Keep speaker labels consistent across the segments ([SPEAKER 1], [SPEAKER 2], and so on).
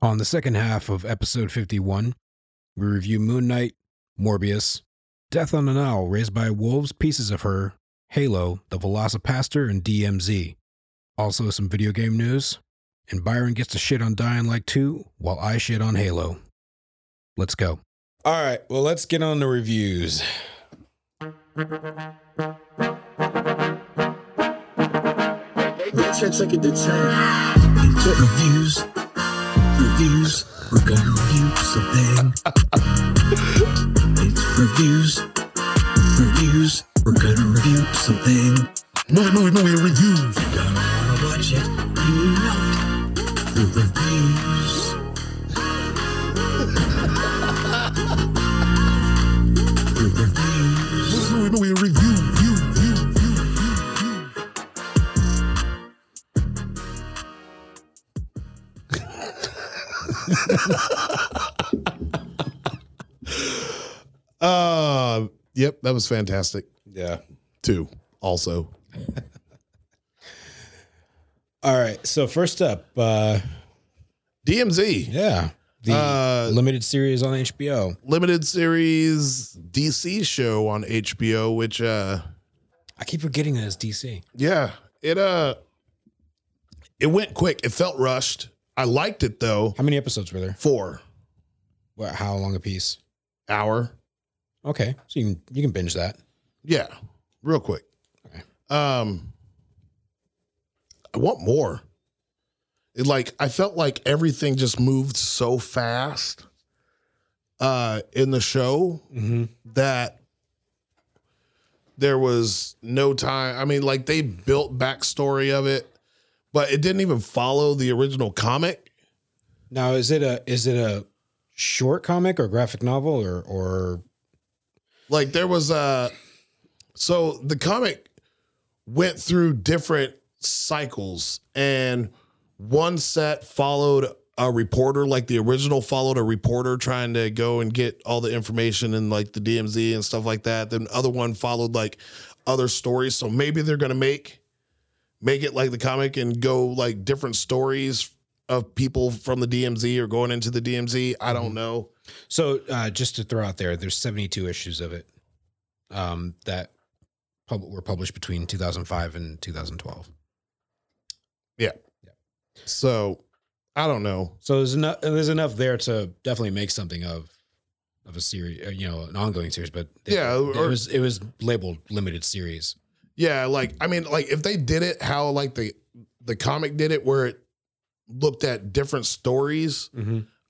[SPEAKER 1] On the second half of episode 51, we review Moon Knight, Morbius, Death on an Owl Raised by Wolves, Pieces of Her, Halo, The Velocipaster, and DMZ. Also, some video game news, and Byron gets to shit on Dying Like 2 while I shit on Halo. Let's go.
[SPEAKER 2] All right, well, let's get on the reviews.
[SPEAKER 3] Let's check second to check. Check reviews. Reviews. We're gonna review something. It's reviews. Reviews. We're gonna review something. Movie, movie, movie reviews. You're gonna wanna watch it. You know it. The reviews. The reviews. Movie, movie, movie review. View, view, view, view, view.
[SPEAKER 4] Uh, yep, that was fantastic
[SPEAKER 2] Yeah.
[SPEAKER 4] too. Also,
[SPEAKER 2] All right, so first up, uh,
[SPEAKER 4] DMZ
[SPEAKER 2] yeah, the
[SPEAKER 4] Uh,
[SPEAKER 2] limited series on HBO.
[SPEAKER 4] limited series DC show on HBO, which uh,
[SPEAKER 2] I keep forgetting that it's DC.
[SPEAKER 4] yeah, it uh, it went quick. It felt rushed. I liked it though.
[SPEAKER 2] How many episodes were there?
[SPEAKER 4] Four
[SPEAKER 2] What, how long a piece?
[SPEAKER 4] hour,
[SPEAKER 2] Okay, so you can, you can binge that.
[SPEAKER 4] yeah, real quick.
[SPEAKER 2] Okay.
[SPEAKER 4] Um, I want more. It like I felt like everything just moved so fast. Uh, in the show,
[SPEAKER 2] Mm-hmm.
[SPEAKER 4] that there was no time. I mean, like they built backstory of it, but it didn't even follow the original comic.
[SPEAKER 2] Now, is it a is it a short comic or graphic novel or or
[SPEAKER 4] Like there was a so the comic went through different cycles and one set followed a reporter like the original followed a reporter trying to go and get all the information and like the DMZ and stuff like that then other one followed like other stories so maybe they're going to make make it like the comic and go like different stories of people from the DMZ or going into the DMZ I don't know
[SPEAKER 2] So, uh, just to throw out there, there's 72 issues of it um, that pub- were published between 2005 and 2012.
[SPEAKER 4] so I don't know
[SPEAKER 2] So there's enough. There's enough there to definitely make something of of a series, uh, you know, an ongoing series. But they-
[SPEAKER 4] Yeah,
[SPEAKER 2] it
[SPEAKER 4] or-
[SPEAKER 2] was it was labeled limited series.
[SPEAKER 4] Yeah, like I mean, like if they did it how like the the comic did it, where it looked at different stories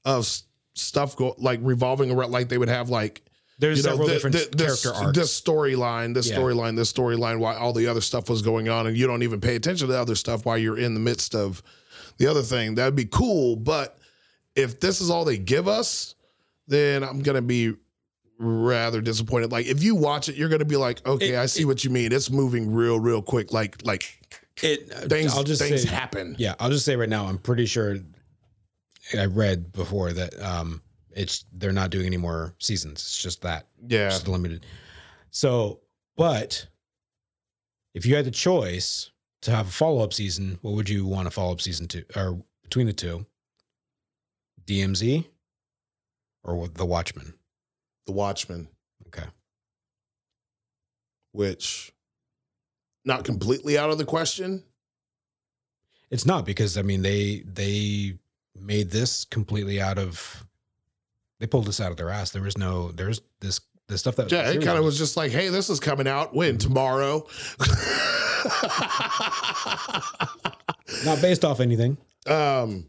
[SPEAKER 4] of s- stuff go like revolving around, like they would have like
[SPEAKER 2] There's
[SPEAKER 4] you know
[SPEAKER 2] several
[SPEAKER 4] thi-
[SPEAKER 2] different
[SPEAKER 4] thi- this,
[SPEAKER 2] character arcs.
[SPEAKER 4] this storyline, this
[SPEAKER 2] Yeah.
[SPEAKER 4] storyline, this storyline, while all the other stuff was going on, and you don't even pay attention to the other stuff while you're in the midst of the other thing. That'd be cool, but if this is all they give us, then I'm gonna be rather disappointed. Like if you watch it, you're gonna be like, okay,
[SPEAKER 2] It-
[SPEAKER 4] I see what you mean. It's moving real, real quick. Like like
[SPEAKER 2] it,
[SPEAKER 4] things
[SPEAKER 2] I'll just
[SPEAKER 4] things
[SPEAKER 2] say,
[SPEAKER 4] happen.
[SPEAKER 2] yeah, I'll just say right now, I'm pretty sure I read before that um, it's they're not doing any more seasons. It's just that.
[SPEAKER 4] Yeah.
[SPEAKER 2] just limited. So, but if you had the choice to have a follow up season, what would you want a follow up season to, or between the two, DMZ or wa- The Watchmen?
[SPEAKER 4] The Watchmen,
[SPEAKER 2] Okay,
[SPEAKER 4] which not completely out of the question.
[SPEAKER 2] it's not because I mean they they made this completely out of they pulled this out of their ass. There was no there's this the stuff that
[SPEAKER 4] Yeah, it
[SPEAKER 2] serious
[SPEAKER 4] kind of
[SPEAKER 2] on-
[SPEAKER 4] was just like, hey, this is coming out when tomorrow.
[SPEAKER 2] not based off anything.
[SPEAKER 4] um,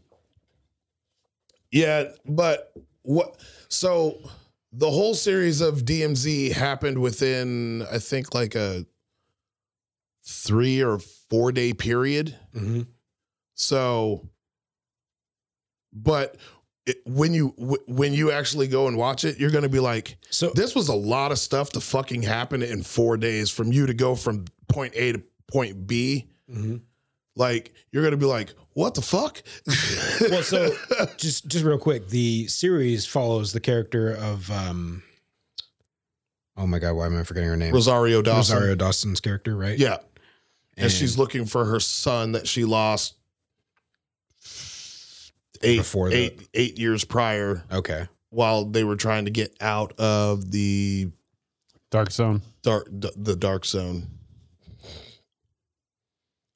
[SPEAKER 4] yeah, but what? So the whole series of DMZ happened within, I think, like a three or four day period.
[SPEAKER 2] Mhm.
[SPEAKER 4] So, but it, when you wh- when you actually go and watch it, you're going to be like,
[SPEAKER 2] So
[SPEAKER 4] this was a lot of stuff to fucking happen in four days from you to go from point A to point B.
[SPEAKER 2] Mhm.
[SPEAKER 4] Like you're gonna be like, what the fuck?
[SPEAKER 2] Well, so- just just real quick, the series follows the character of um oh my god, why am I forgetting her name?
[SPEAKER 4] Rosario Dawson.
[SPEAKER 2] Rosario Dawson's character, right?
[SPEAKER 4] Yeah, and, she's looking for her son that she lost eight
[SPEAKER 2] Before the-
[SPEAKER 4] eight- eight years prior
[SPEAKER 2] Okay.
[SPEAKER 4] while they were trying to get out of the
[SPEAKER 5] Dark Zone.
[SPEAKER 4] dark d- the dark zone.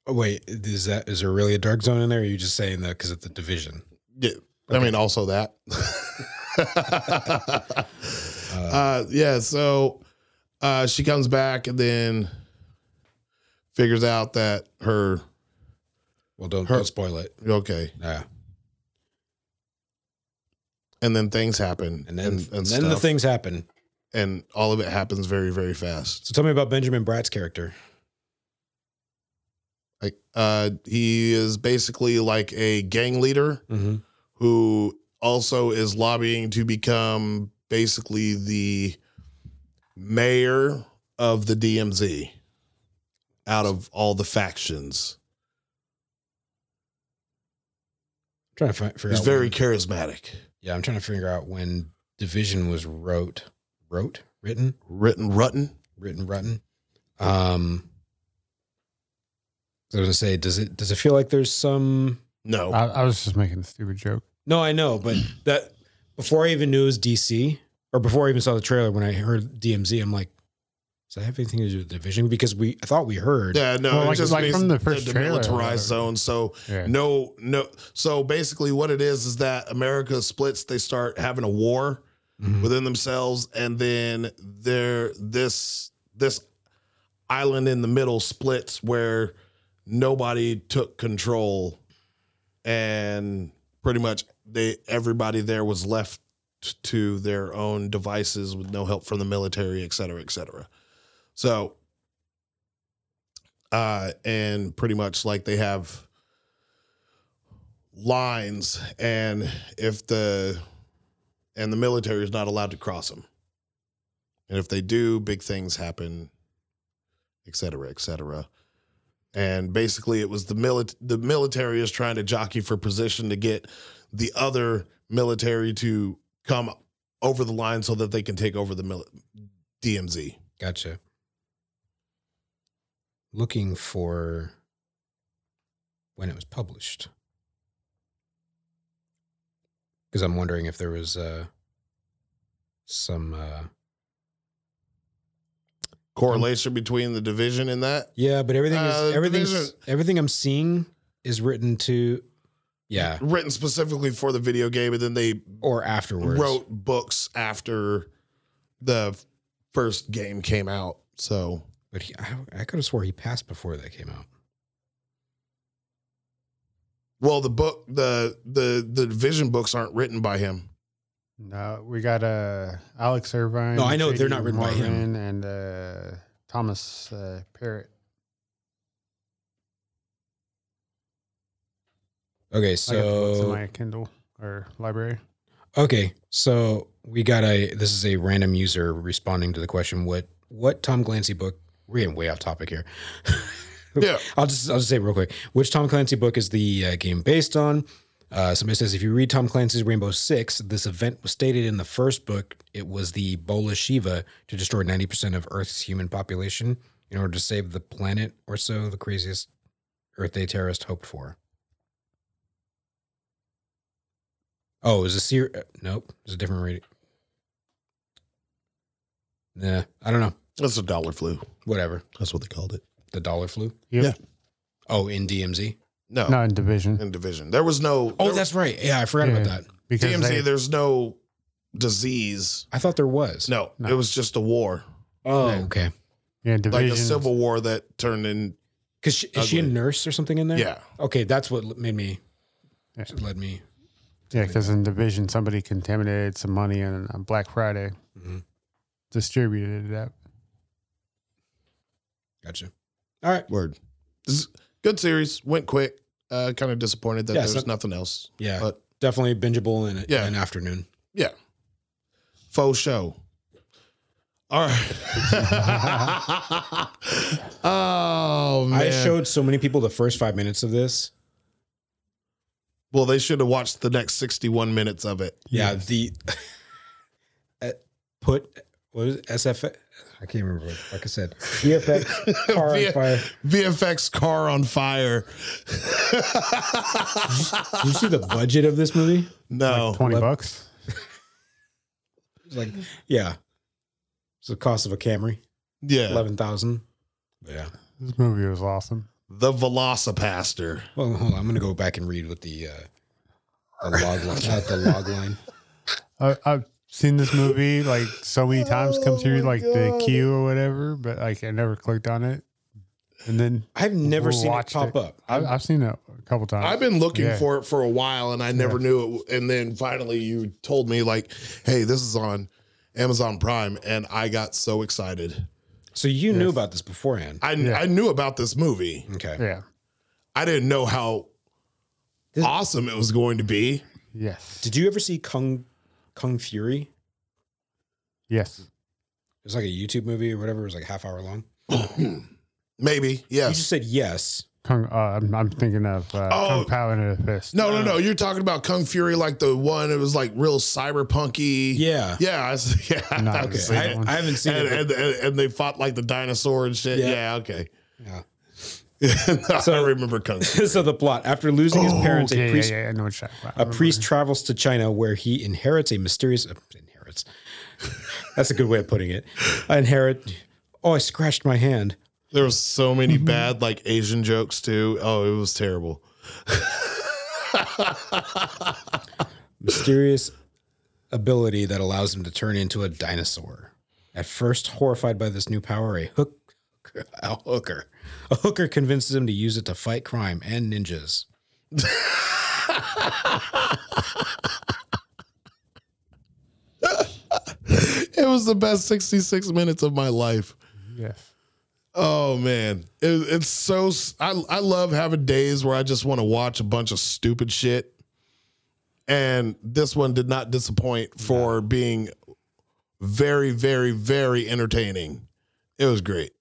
[SPEAKER 2] Oh, wait, is that is there really a dark zone in there? Or are you just saying that because it's the division?
[SPEAKER 4] Yeah, I mean also that. uh, yeah, so uh, she comes back and then figures out that her
[SPEAKER 2] Well, don't,
[SPEAKER 4] Her-
[SPEAKER 2] don't spoil it.
[SPEAKER 4] okay,
[SPEAKER 2] Yeah.
[SPEAKER 4] and then things happen,
[SPEAKER 2] And then
[SPEAKER 4] and,
[SPEAKER 2] and then
[SPEAKER 4] stuff,
[SPEAKER 2] the things happen.
[SPEAKER 4] and all of it happens very very fast.
[SPEAKER 2] So tell me about Benjamin Bratt's character.
[SPEAKER 4] Like uh, he is basically like a gang leader.
[SPEAKER 2] Mm-hmm.
[SPEAKER 4] who also is lobbying to become basically the mayor of the DMZ out of all the factions.
[SPEAKER 2] Trying to fi- figure
[SPEAKER 4] He's
[SPEAKER 2] out
[SPEAKER 4] very
[SPEAKER 2] when-
[SPEAKER 4] charismatic.
[SPEAKER 2] yeah. I'm trying to figure out when division was wrote, wrote, written,
[SPEAKER 4] Written Rutten.
[SPEAKER 2] written, rotten. Um, I was gonna say, does it does it feel like there's some?
[SPEAKER 4] No.
[SPEAKER 5] I, I was just making a stupid joke.
[SPEAKER 2] No, I know, but that before I even knew it was DC, or before I even saw the trailer, when I heard DMZ, I'm like, does that have anything to do with division? Because we, I thought we heard.
[SPEAKER 4] yeah, no.
[SPEAKER 5] Well,
[SPEAKER 4] it
[SPEAKER 5] like-
[SPEAKER 4] just
[SPEAKER 5] like
[SPEAKER 4] means
[SPEAKER 5] from the first
[SPEAKER 4] the
[SPEAKER 5] trailer or
[SPEAKER 4] militarized zone.
[SPEAKER 5] whatever.
[SPEAKER 4] So
[SPEAKER 5] Yeah.
[SPEAKER 4] no, no. So basically, what it is is that America splits. They start having a war.
[SPEAKER 2] Mhm.
[SPEAKER 4] within themselves and then there this this island in the middle splits where nobody took control and pretty much they everybody there was left to their own devices with no help from the military et cetera et cetera so uh and pretty much like they have lines and if the and the military is not allowed to cross them. And if they do, big things happen, et cetera, et cetera. And basically, it was the mili- the military is trying to jockey for position to get the other military to come over the line so that they can take over the mil- DMZ.
[SPEAKER 2] Gotcha. Looking for when it was published. Because I'm wondering if there was uh, some. Uh,
[SPEAKER 4] Correlation between the division and that.
[SPEAKER 2] yeah, but everything is
[SPEAKER 4] Uh,
[SPEAKER 2] everything's
[SPEAKER 4] division-
[SPEAKER 2] everything I'm seeing is written to. Yeah,
[SPEAKER 4] Written specifically for the video game, and then they
[SPEAKER 2] or afterwards.
[SPEAKER 4] wrote books after the first game came out. So
[SPEAKER 2] But he, I, I could have swore he passed before that came out.
[SPEAKER 4] Well, the book, the the the division books aren't written by him.
[SPEAKER 5] No, we got uh, Alex Irvine.
[SPEAKER 2] No, I know
[SPEAKER 5] J.D.
[SPEAKER 2] they're not written by him.
[SPEAKER 5] Morgan, And uh, Thomas uh, Parrott.
[SPEAKER 2] Okay,
[SPEAKER 5] I got the books in
[SPEAKER 2] so
[SPEAKER 5] my Kindle or library.
[SPEAKER 2] okay, so we got a. This is a random user responding to the question. What what Tom Clancy book? We're getting way off topic here.
[SPEAKER 4] Yeah.
[SPEAKER 2] I'll just I'll just say it real quick. Which Tom Clancy book is the uh, game based on? Uh, somebody says if you read Tom Clancy's Rainbow Six, this event was stated in the first book. It was the Bola Shiva to destroy ninety percent of Earth's human population in order to save the planet, or so the craziest Earth Day terrorist hoped for. Oh, it was a ser- uh, Nope, it's a different reading. Nah, I don't know.
[SPEAKER 4] That's a dollar flu.
[SPEAKER 2] Whatever.
[SPEAKER 4] That's what they called it.
[SPEAKER 2] The dollar flu.
[SPEAKER 5] Yep.
[SPEAKER 4] Yeah.
[SPEAKER 2] Oh, in DMZ.
[SPEAKER 4] No,
[SPEAKER 5] Not in division
[SPEAKER 4] in division. There was no.
[SPEAKER 2] Oh,
[SPEAKER 4] there-
[SPEAKER 2] that's right. Yeah, I forgot about
[SPEAKER 5] Yeah.
[SPEAKER 2] that.
[SPEAKER 5] because
[SPEAKER 4] DMZ.
[SPEAKER 5] they-
[SPEAKER 4] there's no disease.
[SPEAKER 2] I thought there was.
[SPEAKER 4] No,
[SPEAKER 5] No.
[SPEAKER 4] it was just a war,
[SPEAKER 2] Oh, okay.
[SPEAKER 5] yeah
[SPEAKER 4] like
[SPEAKER 5] division
[SPEAKER 4] a civil war that turned in.
[SPEAKER 2] Because she, is she a
[SPEAKER 4] Ugly.
[SPEAKER 2] nurse or something in there?
[SPEAKER 4] Yeah,
[SPEAKER 2] Okay, that's what made me.
[SPEAKER 5] Yeah.
[SPEAKER 2] Led me.
[SPEAKER 5] yeah because in division somebody contaminated some money on, on Black Friday
[SPEAKER 4] Mm-hmm.
[SPEAKER 2] Mhm.
[SPEAKER 5] distributed it up.
[SPEAKER 2] Gotcha. All right.
[SPEAKER 4] word. This is good series. Went quick. Uh, kind of disappointed that
[SPEAKER 2] Yeah,
[SPEAKER 4] there's
[SPEAKER 2] so-
[SPEAKER 4] nothing else.
[SPEAKER 2] Yeah.
[SPEAKER 4] But-
[SPEAKER 2] definitely bingeable in a,
[SPEAKER 4] Yeah.
[SPEAKER 2] an afternoon.
[SPEAKER 4] Faux show. All right. oh man.
[SPEAKER 2] I showed so many people the first five minutes of this.
[SPEAKER 4] well, they should have watched the next 61 minutes of it.
[SPEAKER 2] Yeah. The uh, put what is it, SF? I I can't remember. what- Like I said, VFX car on
[SPEAKER 4] V-
[SPEAKER 2] fire.
[SPEAKER 4] VFX car on fire.
[SPEAKER 2] Did you see the budget of this movie?
[SPEAKER 4] No.
[SPEAKER 5] Twenty
[SPEAKER 2] Love-
[SPEAKER 5] bucks.
[SPEAKER 2] It's like, yeah, it's the cost of a Camry,
[SPEAKER 4] Yeah.
[SPEAKER 2] eleven thousand. Yeah.
[SPEAKER 5] This movie was awesome.
[SPEAKER 4] The Velocipaster.
[SPEAKER 2] Well, hold on. I'm gonna go back and read what the uh, the log line, not the log line.
[SPEAKER 5] I, I've seen this movie like so many times
[SPEAKER 4] Oh
[SPEAKER 5] come through like the queue or whatever, but like I never clicked on it. And then
[SPEAKER 2] I've never seen it
[SPEAKER 5] Watched
[SPEAKER 2] pop
[SPEAKER 5] it.
[SPEAKER 2] up.
[SPEAKER 5] I, I've seen it a couple
[SPEAKER 2] Uh,
[SPEAKER 5] times.
[SPEAKER 4] I've been looking
[SPEAKER 5] Yeah.
[SPEAKER 4] for it for a while and I never knew it. And then finally you told me, like, hey, this is on Amazon Prime. And I got so excited.
[SPEAKER 2] So you knew about this beforehand.
[SPEAKER 4] I, I knew about this movie,
[SPEAKER 2] Okay.
[SPEAKER 5] Yeah.
[SPEAKER 4] I didn't know how awesome it was going to be.
[SPEAKER 5] Yes.
[SPEAKER 2] Did you ever see Kung Kung Fury? It
[SPEAKER 5] Yes.
[SPEAKER 2] was like a YouTube movie or whatever. It was like half hour long.
[SPEAKER 4] Maybe.
[SPEAKER 2] You
[SPEAKER 4] Yes.
[SPEAKER 2] just said yes.
[SPEAKER 5] Kung, uh, I'm, I'm thinking of uh,
[SPEAKER 4] Oh.
[SPEAKER 5] Kung Pao into the Fist.
[SPEAKER 2] uh,
[SPEAKER 4] No, no, no. You're talking about Kung Fury, like the one it was like real cyberpunky.
[SPEAKER 2] Yeah.
[SPEAKER 4] Yeah. I s- yeah.
[SPEAKER 5] No,
[SPEAKER 4] I
[SPEAKER 5] okay.
[SPEAKER 4] was
[SPEAKER 5] Seen that
[SPEAKER 2] I,
[SPEAKER 5] one.
[SPEAKER 2] I haven't seen
[SPEAKER 4] and,
[SPEAKER 2] it.
[SPEAKER 4] and, and, and they fought like the dinosaur and shit.
[SPEAKER 2] Yeah.
[SPEAKER 4] Yeah, okay.
[SPEAKER 2] Yeah.
[SPEAKER 4] I remember Kung Fu.
[SPEAKER 2] so the plot: after losing his parents,
[SPEAKER 5] Oh, yeah,
[SPEAKER 2] a
[SPEAKER 5] yeah,
[SPEAKER 2] priest
[SPEAKER 5] yeah, I know what you're talking about. I
[SPEAKER 2] A
[SPEAKER 5] remember.
[SPEAKER 2] priest travels to China where he inherits a mysterious uh, inherits. That's a good way of putting it. I inherit. Oh, I scratched my hand.
[SPEAKER 4] There was so many bad like Asian jokes too. Oh, it was terrible.
[SPEAKER 2] Mysterious ability that allows him to turn into a dinosaur. At first horrified by this new power, a hook a hooker. A hooker convinces him to use it to fight crime and ninjas.
[SPEAKER 4] It was the best 66 minutes of my life.
[SPEAKER 5] Yes.
[SPEAKER 4] Oh man, it, it's so s- I I love having days where I just want to watch a bunch of stupid shit. And this one did not disappoint for being very very very entertaining. It was great.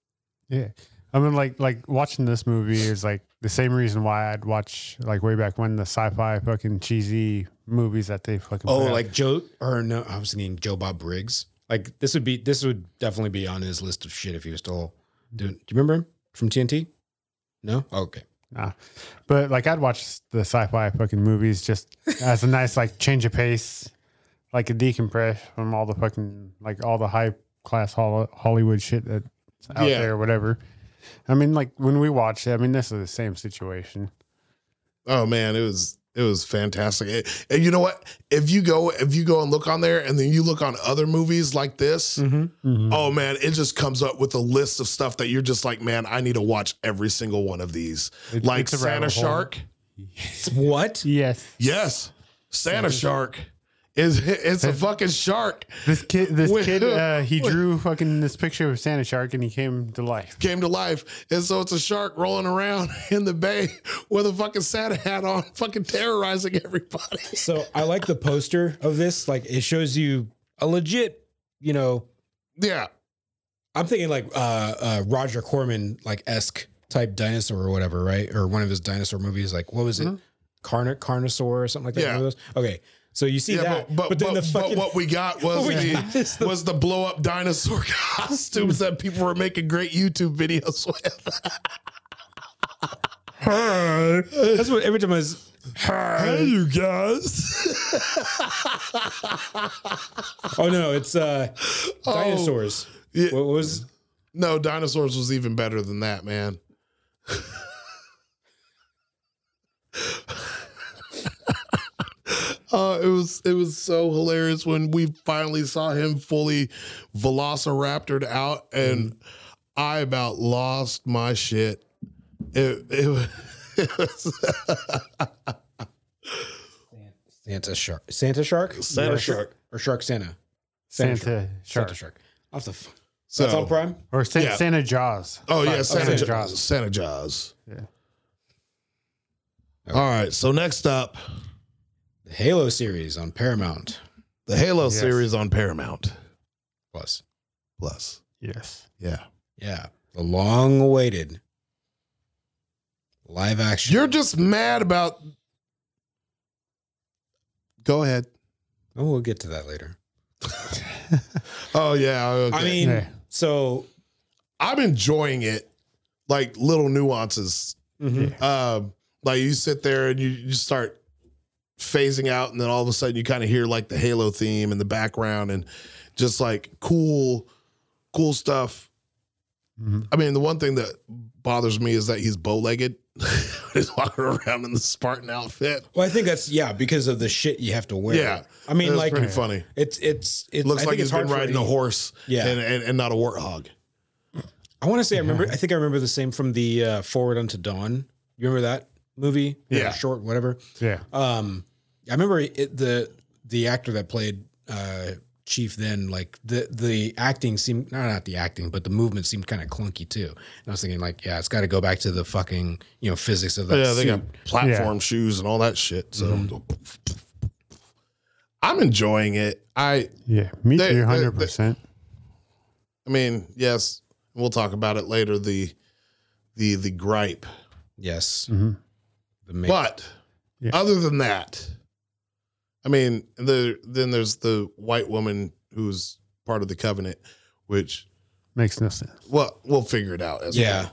[SPEAKER 5] Yeah. I mean, like, like watching this movie is like the same reason why I'd watch like way back when the sci-fi fucking cheesy movies that they fucking.
[SPEAKER 2] Oh,
[SPEAKER 5] put out.
[SPEAKER 2] like Joe or no, I was thinking Joe Bob Briggs. Like this would be this would definitely be on his list of shit if he was still doing. Do you remember him from TNT? No. okay.
[SPEAKER 5] Nah. But like I'd watch the sci-fi fucking movies just as a nice like change of pace, like a decompress from all the fucking like all the high class hol- Hollywood shit that's out
[SPEAKER 4] Yeah.
[SPEAKER 5] there, whatever. I mean, like when we watch it, I mean this is the same situation.
[SPEAKER 4] Oh man, it was it was fantastic. It- and you know what? If you go if you go and look on there, and then you look on other movies like this, oh man, it just comes up with a list of stuff that you're just like, man, I need to watch every single one of these.
[SPEAKER 5] It-
[SPEAKER 4] like
[SPEAKER 5] it's a
[SPEAKER 4] Santa
[SPEAKER 5] rabbit hole.
[SPEAKER 4] Shark,
[SPEAKER 2] What?
[SPEAKER 5] Yes.
[SPEAKER 4] yes, Santa Shark is it's a fucking shark
[SPEAKER 5] This kid, this
[SPEAKER 4] Wait,
[SPEAKER 5] kid, uh, he
[SPEAKER 4] wait.
[SPEAKER 5] drew fucking this picture of Santa Shark, and he came to life.
[SPEAKER 4] came to life, and so it's a shark rolling around in the bay with a fucking Santa hat on, fucking terrorizing everybody.
[SPEAKER 2] So I like the poster of this. Like it shows you a legit. You know,
[SPEAKER 4] Yeah,
[SPEAKER 2] I'm thinking like uh, uh Roger Corman like esque type dinosaur or whatever, right? Or one of his dinosaur movies. Like what was
[SPEAKER 4] Mm-hmm.
[SPEAKER 2] it? Carn Carnosaur or something like that. One
[SPEAKER 4] Yeah.
[SPEAKER 2] of those? Okay. So you see
[SPEAKER 4] Yeah,
[SPEAKER 2] that,
[SPEAKER 4] but but, but,
[SPEAKER 2] then the
[SPEAKER 4] but
[SPEAKER 2] fucking Oh
[SPEAKER 4] what we got was
[SPEAKER 2] we
[SPEAKER 4] the
[SPEAKER 2] got is the-
[SPEAKER 4] was the blow up dinosaur costumes that people were making great YouTube videos with.
[SPEAKER 2] that's what every time I was
[SPEAKER 4] Hey, you guys!
[SPEAKER 2] Oh no, it's uh dinosaurs.
[SPEAKER 4] Oh, Yeah.
[SPEAKER 2] What was
[SPEAKER 4] No, dinosaurs was even better than that, man. Uh, it was it was so hilarious when we finally saw him fully velociraptored out, and I about lost my shit. It it, wa- it was
[SPEAKER 2] Santa Shark? Santa Shark?
[SPEAKER 4] Santa
[SPEAKER 2] Or
[SPEAKER 4] Shark.
[SPEAKER 2] Or Shark Santa.
[SPEAKER 5] Santa, Shark,
[SPEAKER 2] Santa Shark. I'll have to f-
[SPEAKER 4] so.
[SPEAKER 2] That's on Prime?
[SPEAKER 5] or Sa-
[SPEAKER 4] Yeah.
[SPEAKER 5] Santa Jaws.
[SPEAKER 4] Oh yeah, Santa,
[SPEAKER 5] Santa
[SPEAKER 4] Jaws.
[SPEAKER 5] Jaws.
[SPEAKER 4] Santa Jaws.
[SPEAKER 5] Yeah.
[SPEAKER 4] All right. So next up,
[SPEAKER 2] The Halo series on Paramount
[SPEAKER 4] the Halo
[SPEAKER 5] Yes.
[SPEAKER 4] series on Paramount
[SPEAKER 2] Plus.
[SPEAKER 4] Plus.
[SPEAKER 5] Yes,
[SPEAKER 4] Yeah.
[SPEAKER 2] Yeah. The long awaited live action.
[SPEAKER 4] You're just mad about. Go ahead.
[SPEAKER 2] oh, we'll get to that later.
[SPEAKER 4] Oh yeah. okay.
[SPEAKER 2] I mean,
[SPEAKER 5] Yeah.
[SPEAKER 2] So
[SPEAKER 4] I'm enjoying it, like little nuances.
[SPEAKER 2] mhm.
[SPEAKER 4] Um, like you sit there and you, you start phasing out, and then all of a sudden you kind of hear like the Halo theme in the background and just like cool, cool stuff.
[SPEAKER 2] Mm-hmm.
[SPEAKER 5] Mhm.
[SPEAKER 4] I mean, the one thing that bothers me is that he's bow legged. he's walking around in the Spartan outfit.
[SPEAKER 2] well, I think that's yeah because of the shit you have to wear.
[SPEAKER 4] Yeah.
[SPEAKER 2] I mean,
[SPEAKER 4] That's
[SPEAKER 2] like
[SPEAKER 4] pretty funny.
[SPEAKER 2] it's it's it
[SPEAKER 4] It looks like he's been riding a
[SPEAKER 2] horse.
[SPEAKER 4] horse
[SPEAKER 2] Yeah.
[SPEAKER 4] and, and, and not a warthog.
[SPEAKER 2] I want to say I remember. I think I remember the same from the uh, Forward Unto Dawn. You remember that movie?
[SPEAKER 4] Yeah.
[SPEAKER 2] Or short, whatever.
[SPEAKER 5] Yeah.
[SPEAKER 2] Um, I remember it, the the actor that played uh, Chief then. Like the the acting seemed not not the acting, but the movement seemed kind of clunky too. And I was thinking like, yeah, it's got to go back to the fucking you know physics of that.
[SPEAKER 4] yeah, they
[SPEAKER 2] suit.
[SPEAKER 4] got platform shoes and all that shit. So
[SPEAKER 2] Mm-hmm.
[SPEAKER 4] I'm enjoying it. I
[SPEAKER 5] Yeah. Me
[SPEAKER 4] They-
[SPEAKER 5] too,
[SPEAKER 4] they-
[SPEAKER 5] 100%.
[SPEAKER 4] I mean, yes, we'll talk about it later. The the the gripe,
[SPEAKER 2] yes.
[SPEAKER 5] Mhm.
[SPEAKER 2] The main,
[SPEAKER 4] but
[SPEAKER 5] Yeah.
[SPEAKER 4] other than that, I mean, the then there's the white woman who's part of the covenant, which
[SPEAKER 5] Makes no sense.
[SPEAKER 4] well we'll figure it out. As
[SPEAKER 2] yeah.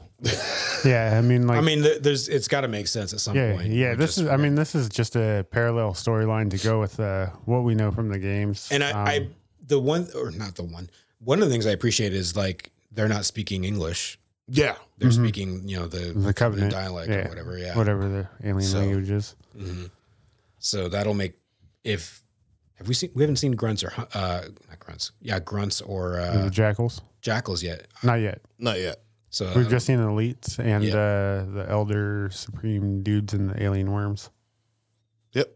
[SPEAKER 5] Yeah. I mean, like,
[SPEAKER 2] I mean, th- there's it's got to make sense at some
[SPEAKER 5] yeah,
[SPEAKER 2] point.
[SPEAKER 5] yeah.
[SPEAKER 2] We're
[SPEAKER 5] This
[SPEAKER 2] just-
[SPEAKER 5] is, I mean, this is just a parallel storyline to go with uh, what we know from the games.
[SPEAKER 2] And I,
[SPEAKER 5] Um,
[SPEAKER 2] I the one or not the one. One of the things I appreciate is like they're not speaking English.
[SPEAKER 4] yeah,
[SPEAKER 2] They're
[SPEAKER 5] Mhm.
[SPEAKER 2] speaking, you know, the,
[SPEAKER 5] the
[SPEAKER 2] the
[SPEAKER 5] covenant,
[SPEAKER 2] dialect
[SPEAKER 5] yeah.
[SPEAKER 2] or whatever. Yeah.
[SPEAKER 5] whatever the alien
[SPEAKER 2] So-
[SPEAKER 5] language is.
[SPEAKER 2] Mhm. So that'll make if have we seen we haven't seen grunts or hu- uh not grunts yeah grunts or
[SPEAKER 5] the
[SPEAKER 2] uh,
[SPEAKER 5] jackals?
[SPEAKER 2] jackals yet.
[SPEAKER 5] Not yet.
[SPEAKER 4] not yet.
[SPEAKER 2] So
[SPEAKER 5] We've just seen elites and
[SPEAKER 2] uh, yeah.
[SPEAKER 5] uh, the elder supreme dudes and the alien worms.
[SPEAKER 4] Yep,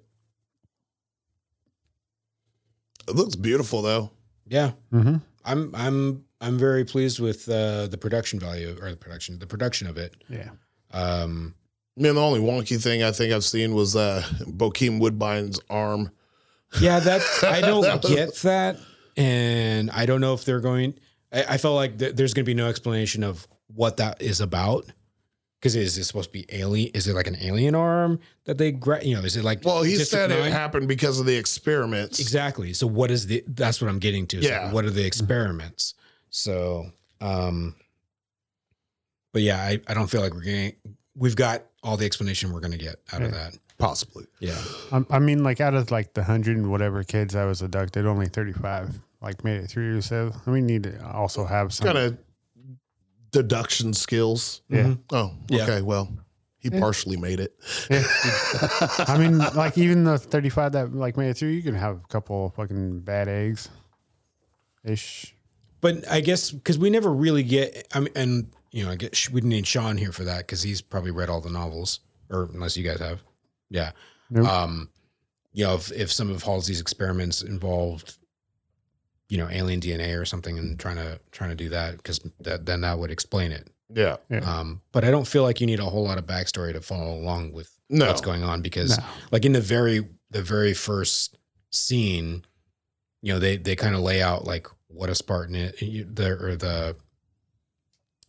[SPEAKER 4] it looks beautiful though.
[SPEAKER 2] yeah,
[SPEAKER 5] Mm-hmm.
[SPEAKER 2] I'm I'm I'm very pleased with uh, the production value or the production the production of it.
[SPEAKER 5] Yeah.
[SPEAKER 2] Um,
[SPEAKER 4] I mean, the only wonky thing I think I've seen was uh, Bokeem Woodbine's arm.
[SPEAKER 2] Yeah, that's I don't
[SPEAKER 4] That was-
[SPEAKER 2] get that, and I don't know if they're going. I, I felt like th- there's going to be no explanation of what that is about. Because is it supposed to be alien? Is it like an alien arm that they gra- You know, is it like
[SPEAKER 4] Well, he
[SPEAKER 2] District
[SPEAKER 4] said it
[SPEAKER 2] Nine?
[SPEAKER 4] happened because of the experiments.
[SPEAKER 2] exactly. So what is the? That's what I'm getting to. It's like,
[SPEAKER 4] Yeah.
[SPEAKER 2] what are the experiments? So, um, but yeah, I, I don't feel like we're getting. We've got all the explanation we're going to get out of
[SPEAKER 4] Hmm.
[SPEAKER 5] Yeah.
[SPEAKER 2] that.
[SPEAKER 4] Possibly.
[SPEAKER 2] Yeah.
[SPEAKER 5] I, I mean, like out of like the hundred and whatever kids I was abducted, only thirty-five like made it through. So we need to also have some.
[SPEAKER 4] Kind of deduction skills.
[SPEAKER 5] yeah.
[SPEAKER 2] Mhm.
[SPEAKER 4] Oh,
[SPEAKER 2] Yeah.
[SPEAKER 4] okay. Well, he partially made it.
[SPEAKER 5] Yeah. I mean, like even the thirty-five that like made it through, you can have a couple fucking bad eggs, ish.
[SPEAKER 2] But I guess because we never really get, I mean, and you know, I guess we need Sean here for that because he's probably read all the novels, or unless you guys have, yeah.
[SPEAKER 5] Nope.
[SPEAKER 2] Um, you know, if, if some of Halsey's experiments involved, you know, alien DNA or something, and trying to trying to do that because that, then that would explain it.
[SPEAKER 4] Yeah.
[SPEAKER 5] Yeah.
[SPEAKER 2] Um, but I don't feel like you need a whole lot of backstory to follow along with
[SPEAKER 4] No.
[SPEAKER 2] what's going on because
[SPEAKER 5] No.
[SPEAKER 2] like in the very the very first scene you know they they kind of lay out like what a spartan is you- the or the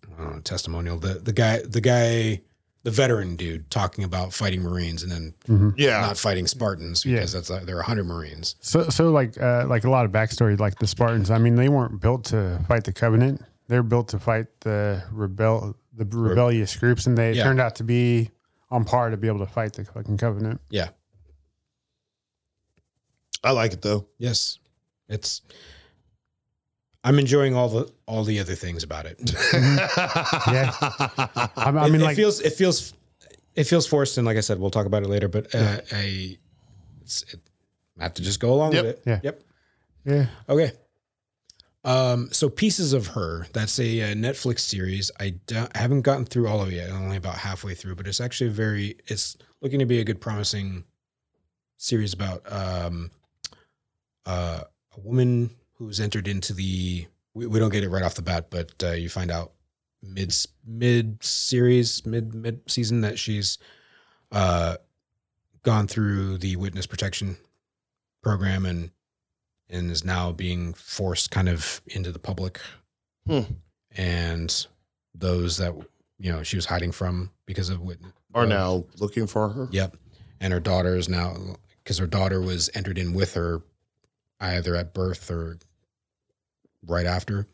[SPEAKER 2] I don't know, testimonial the the guy the guy the veteran dude talking about fighting marines and then
[SPEAKER 5] Mhm.
[SPEAKER 4] yeah.
[SPEAKER 2] not fighting spartans
[SPEAKER 5] Yeah.
[SPEAKER 2] because that's uh, like, there are 100 marines
[SPEAKER 5] So, so like, uh, like a lot of backstory, like the Spartans. I mean, they weren't built to fight the Covenant. They're built to fight the rebel, the rebellious groups, and they
[SPEAKER 2] Yeah.
[SPEAKER 5] turned out to be on par to be able to fight the fucking Covenant.
[SPEAKER 4] I like it though.
[SPEAKER 2] yes it's i'm enjoying all the all the other things about it
[SPEAKER 5] Yeah. I, mean- I
[SPEAKER 2] It-
[SPEAKER 5] mean,
[SPEAKER 2] it,
[SPEAKER 5] like,
[SPEAKER 2] feels it feels it feels forced, and like I said, we'll talk about it later. But uh, I, it's, it, I have to just go along
[SPEAKER 4] Yep.
[SPEAKER 2] with it.
[SPEAKER 5] Yeah.
[SPEAKER 2] Yep.
[SPEAKER 5] yeah,
[SPEAKER 2] Okay. Um. So pieces of her. That's a, uh Netflix series. I, don't, I haven't gotten through all of it yet. I'm only about halfway through, but it's actually very. It's looking to be a good, promising series about um, uh, a woman who's entered into the. We, we don't get it right off the bat, but uh, you find out mid mid series mid mid season that she's uh gone through the witness protection program and and is now being forced kind of into the public
[SPEAKER 4] Hmm.
[SPEAKER 2] and those that you know she was hiding from because of witness
[SPEAKER 4] Are now looking for her.
[SPEAKER 2] Yep. And her daughter is now because her daughter was entered in with her either at birth or right after.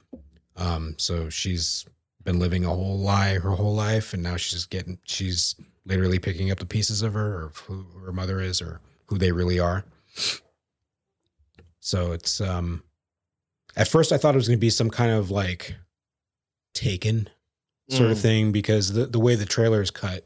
[SPEAKER 2] Um, so she's been living a whole lie her whole life, and now she's getting she's literally picking up the pieces of her, or of who her mother is, or who they really are. So it's um, at first I thought it was going to be some kind of like taken sort
[SPEAKER 4] Mm.
[SPEAKER 2] of thing because the the way the trailer is cut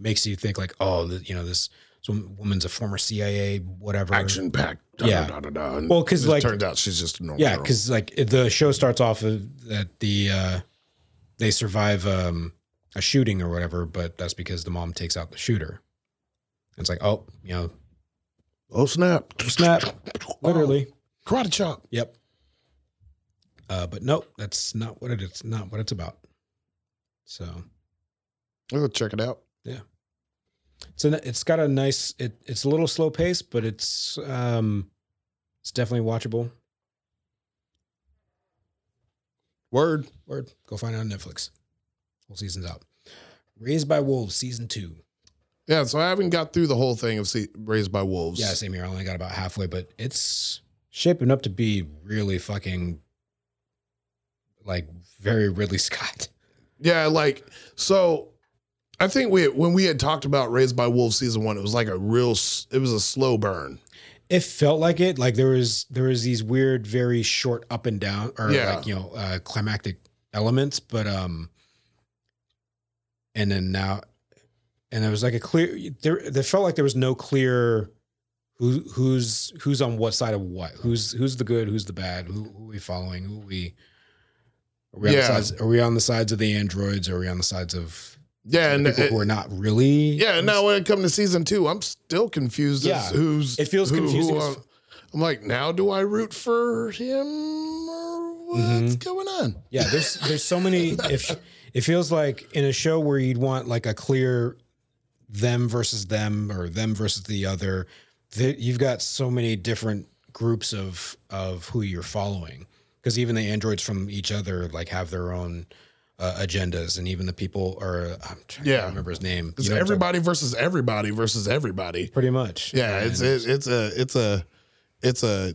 [SPEAKER 2] makes you think like, oh, the, you know, this, this wom- woman's a former CIA whatever
[SPEAKER 4] Action packed.
[SPEAKER 2] Yeah.
[SPEAKER 4] Da, da, da, da.
[SPEAKER 2] Well, 'cause,
[SPEAKER 4] It
[SPEAKER 2] like-
[SPEAKER 4] turned out she's just a normal.
[SPEAKER 2] Yeah,
[SPEAKER 4] girl.
[SPEAKER 2] because like the show starts off of, that the uh, they survive um, a shooting or whatever, but that's because the mom takes out the shooter. It's like, oh, you know,
[SPEAKER 4] oh snap,
[SPEAKER 2] Snap. literally.
[SPEAKER 4] Oh, karate chop.
[SPEAKER 2] Yep. Uh, but nope, that's not what it is. Not what it's about. So
[SPEAKER 4] Oh, I'll go check it out.
[SPEAKER 2] it's a, it's got a nice. It, it's a little slow pace, but it's um, it's definitely watchable.
[SPEAKER 4] Word.
[SPEAKER 2] Word. Go find it on Netflix. Whole season's out. Raised by Wolves season two.
[SPEAKER 4] Yeah, so I haven't got through the whole thing of see, Raised by Wolves.
[SPEAKER 2] Yeah, same here. I only got about halfway, but it's shaping up to be really fucking like very Ridley Scott.
[SPEAKER 4] Yeah, like so. I think we when we had talked about Raised by Wolves season one, it was like a real. s- It was a slow burn.
[SPEAKER 2] It felt like it. Like there was there was these weird, very short up and down or
[SPEAKER 4] Yeah.
[SPEAKER 2] like, you know, uh climactic elements, but um and then now and there was like a clear there there felt like there was no clear who who's who's on what side of what who's who's the good who's the bad who, who are we following who are we are we, on the
[SPEAKER 4] Yeah.
[SPEAKER 2] sides, are we on the sides of the androids are we on the sides of
[SPEAKER 4] Yeah, and
[SPEAKER 2] the people
[SPEAKER 4] it-
[SPEAKER 2] who are not really
[SPEAKER 4] yeah. Now when it comes to season two, I'm still confused as
[SPEAKER 2] Yeah.
[SPEAKER 4] who's.
[SPEAKER 2] It feels confusing as-
[SPEAKER 4] I'm- I'm like, now do I root for him or what's
[SPEAKER 2] Mhm.
[SPEAKER 4] going on?
[SPEAKER 2] Yeah, there's there's so many. If it feels like in a show where you'd want like a clear them versus them or them versus the other, that you've got so many different groups of of who you're following. Because even the androids from each other like have their own uh, agendas, and even the people are. I'm trying
[SPEAKER 4] Yeah.
[SPEAKER 2] to remember his name.
[SPEAKER 4] It's
[SPEAKER 2] You know what I'm talking-
[SPEAKER 4] everybody versus everybody versus everybody.
[SPEAKER 2] pretty much.
[SPEAKER 4] Yeah, it's it, it's a it's a it's a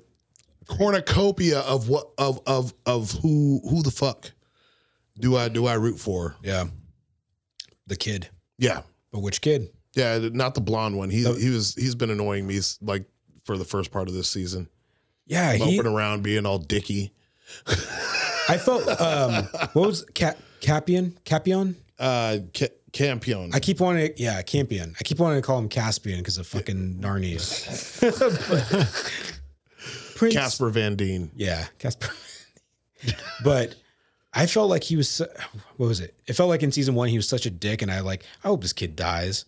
[SPEAKER 4] cornucopia of what of of of who who the fuck do I do I root for?
[SPEAKER 2] yeah. The kid,
[SPEAKER 4] Yeah,
[SPEAKER 2] but which kid?
[SPEAKER 4] yeah, not the blonde one. He
[SPEAKER 2] No.
[SPEAKER 4] he was he's been annoying me like for the first part of this season,
[SPEAKER 2] Yeah, he,
[SPEAKER 4] bumping around being all dicky.
[SPEAKER 2] I felt. Um, what was Cap, Capion? Capion?
[SPEAKER 4] Uh, Ca- Campion.
[SPEAKER 2] I keep wanting, to, yeah, Campion. I keep wanting to call him Caspian because of fucking Narnia. Prince,
[SPEAKER 4] Casper Van Deen.
[SPEAKER 2] yeah, Casper. but I felt like he was. su- What was it? It felt like in season one he was such a dick, and I like. I hope this kid dies.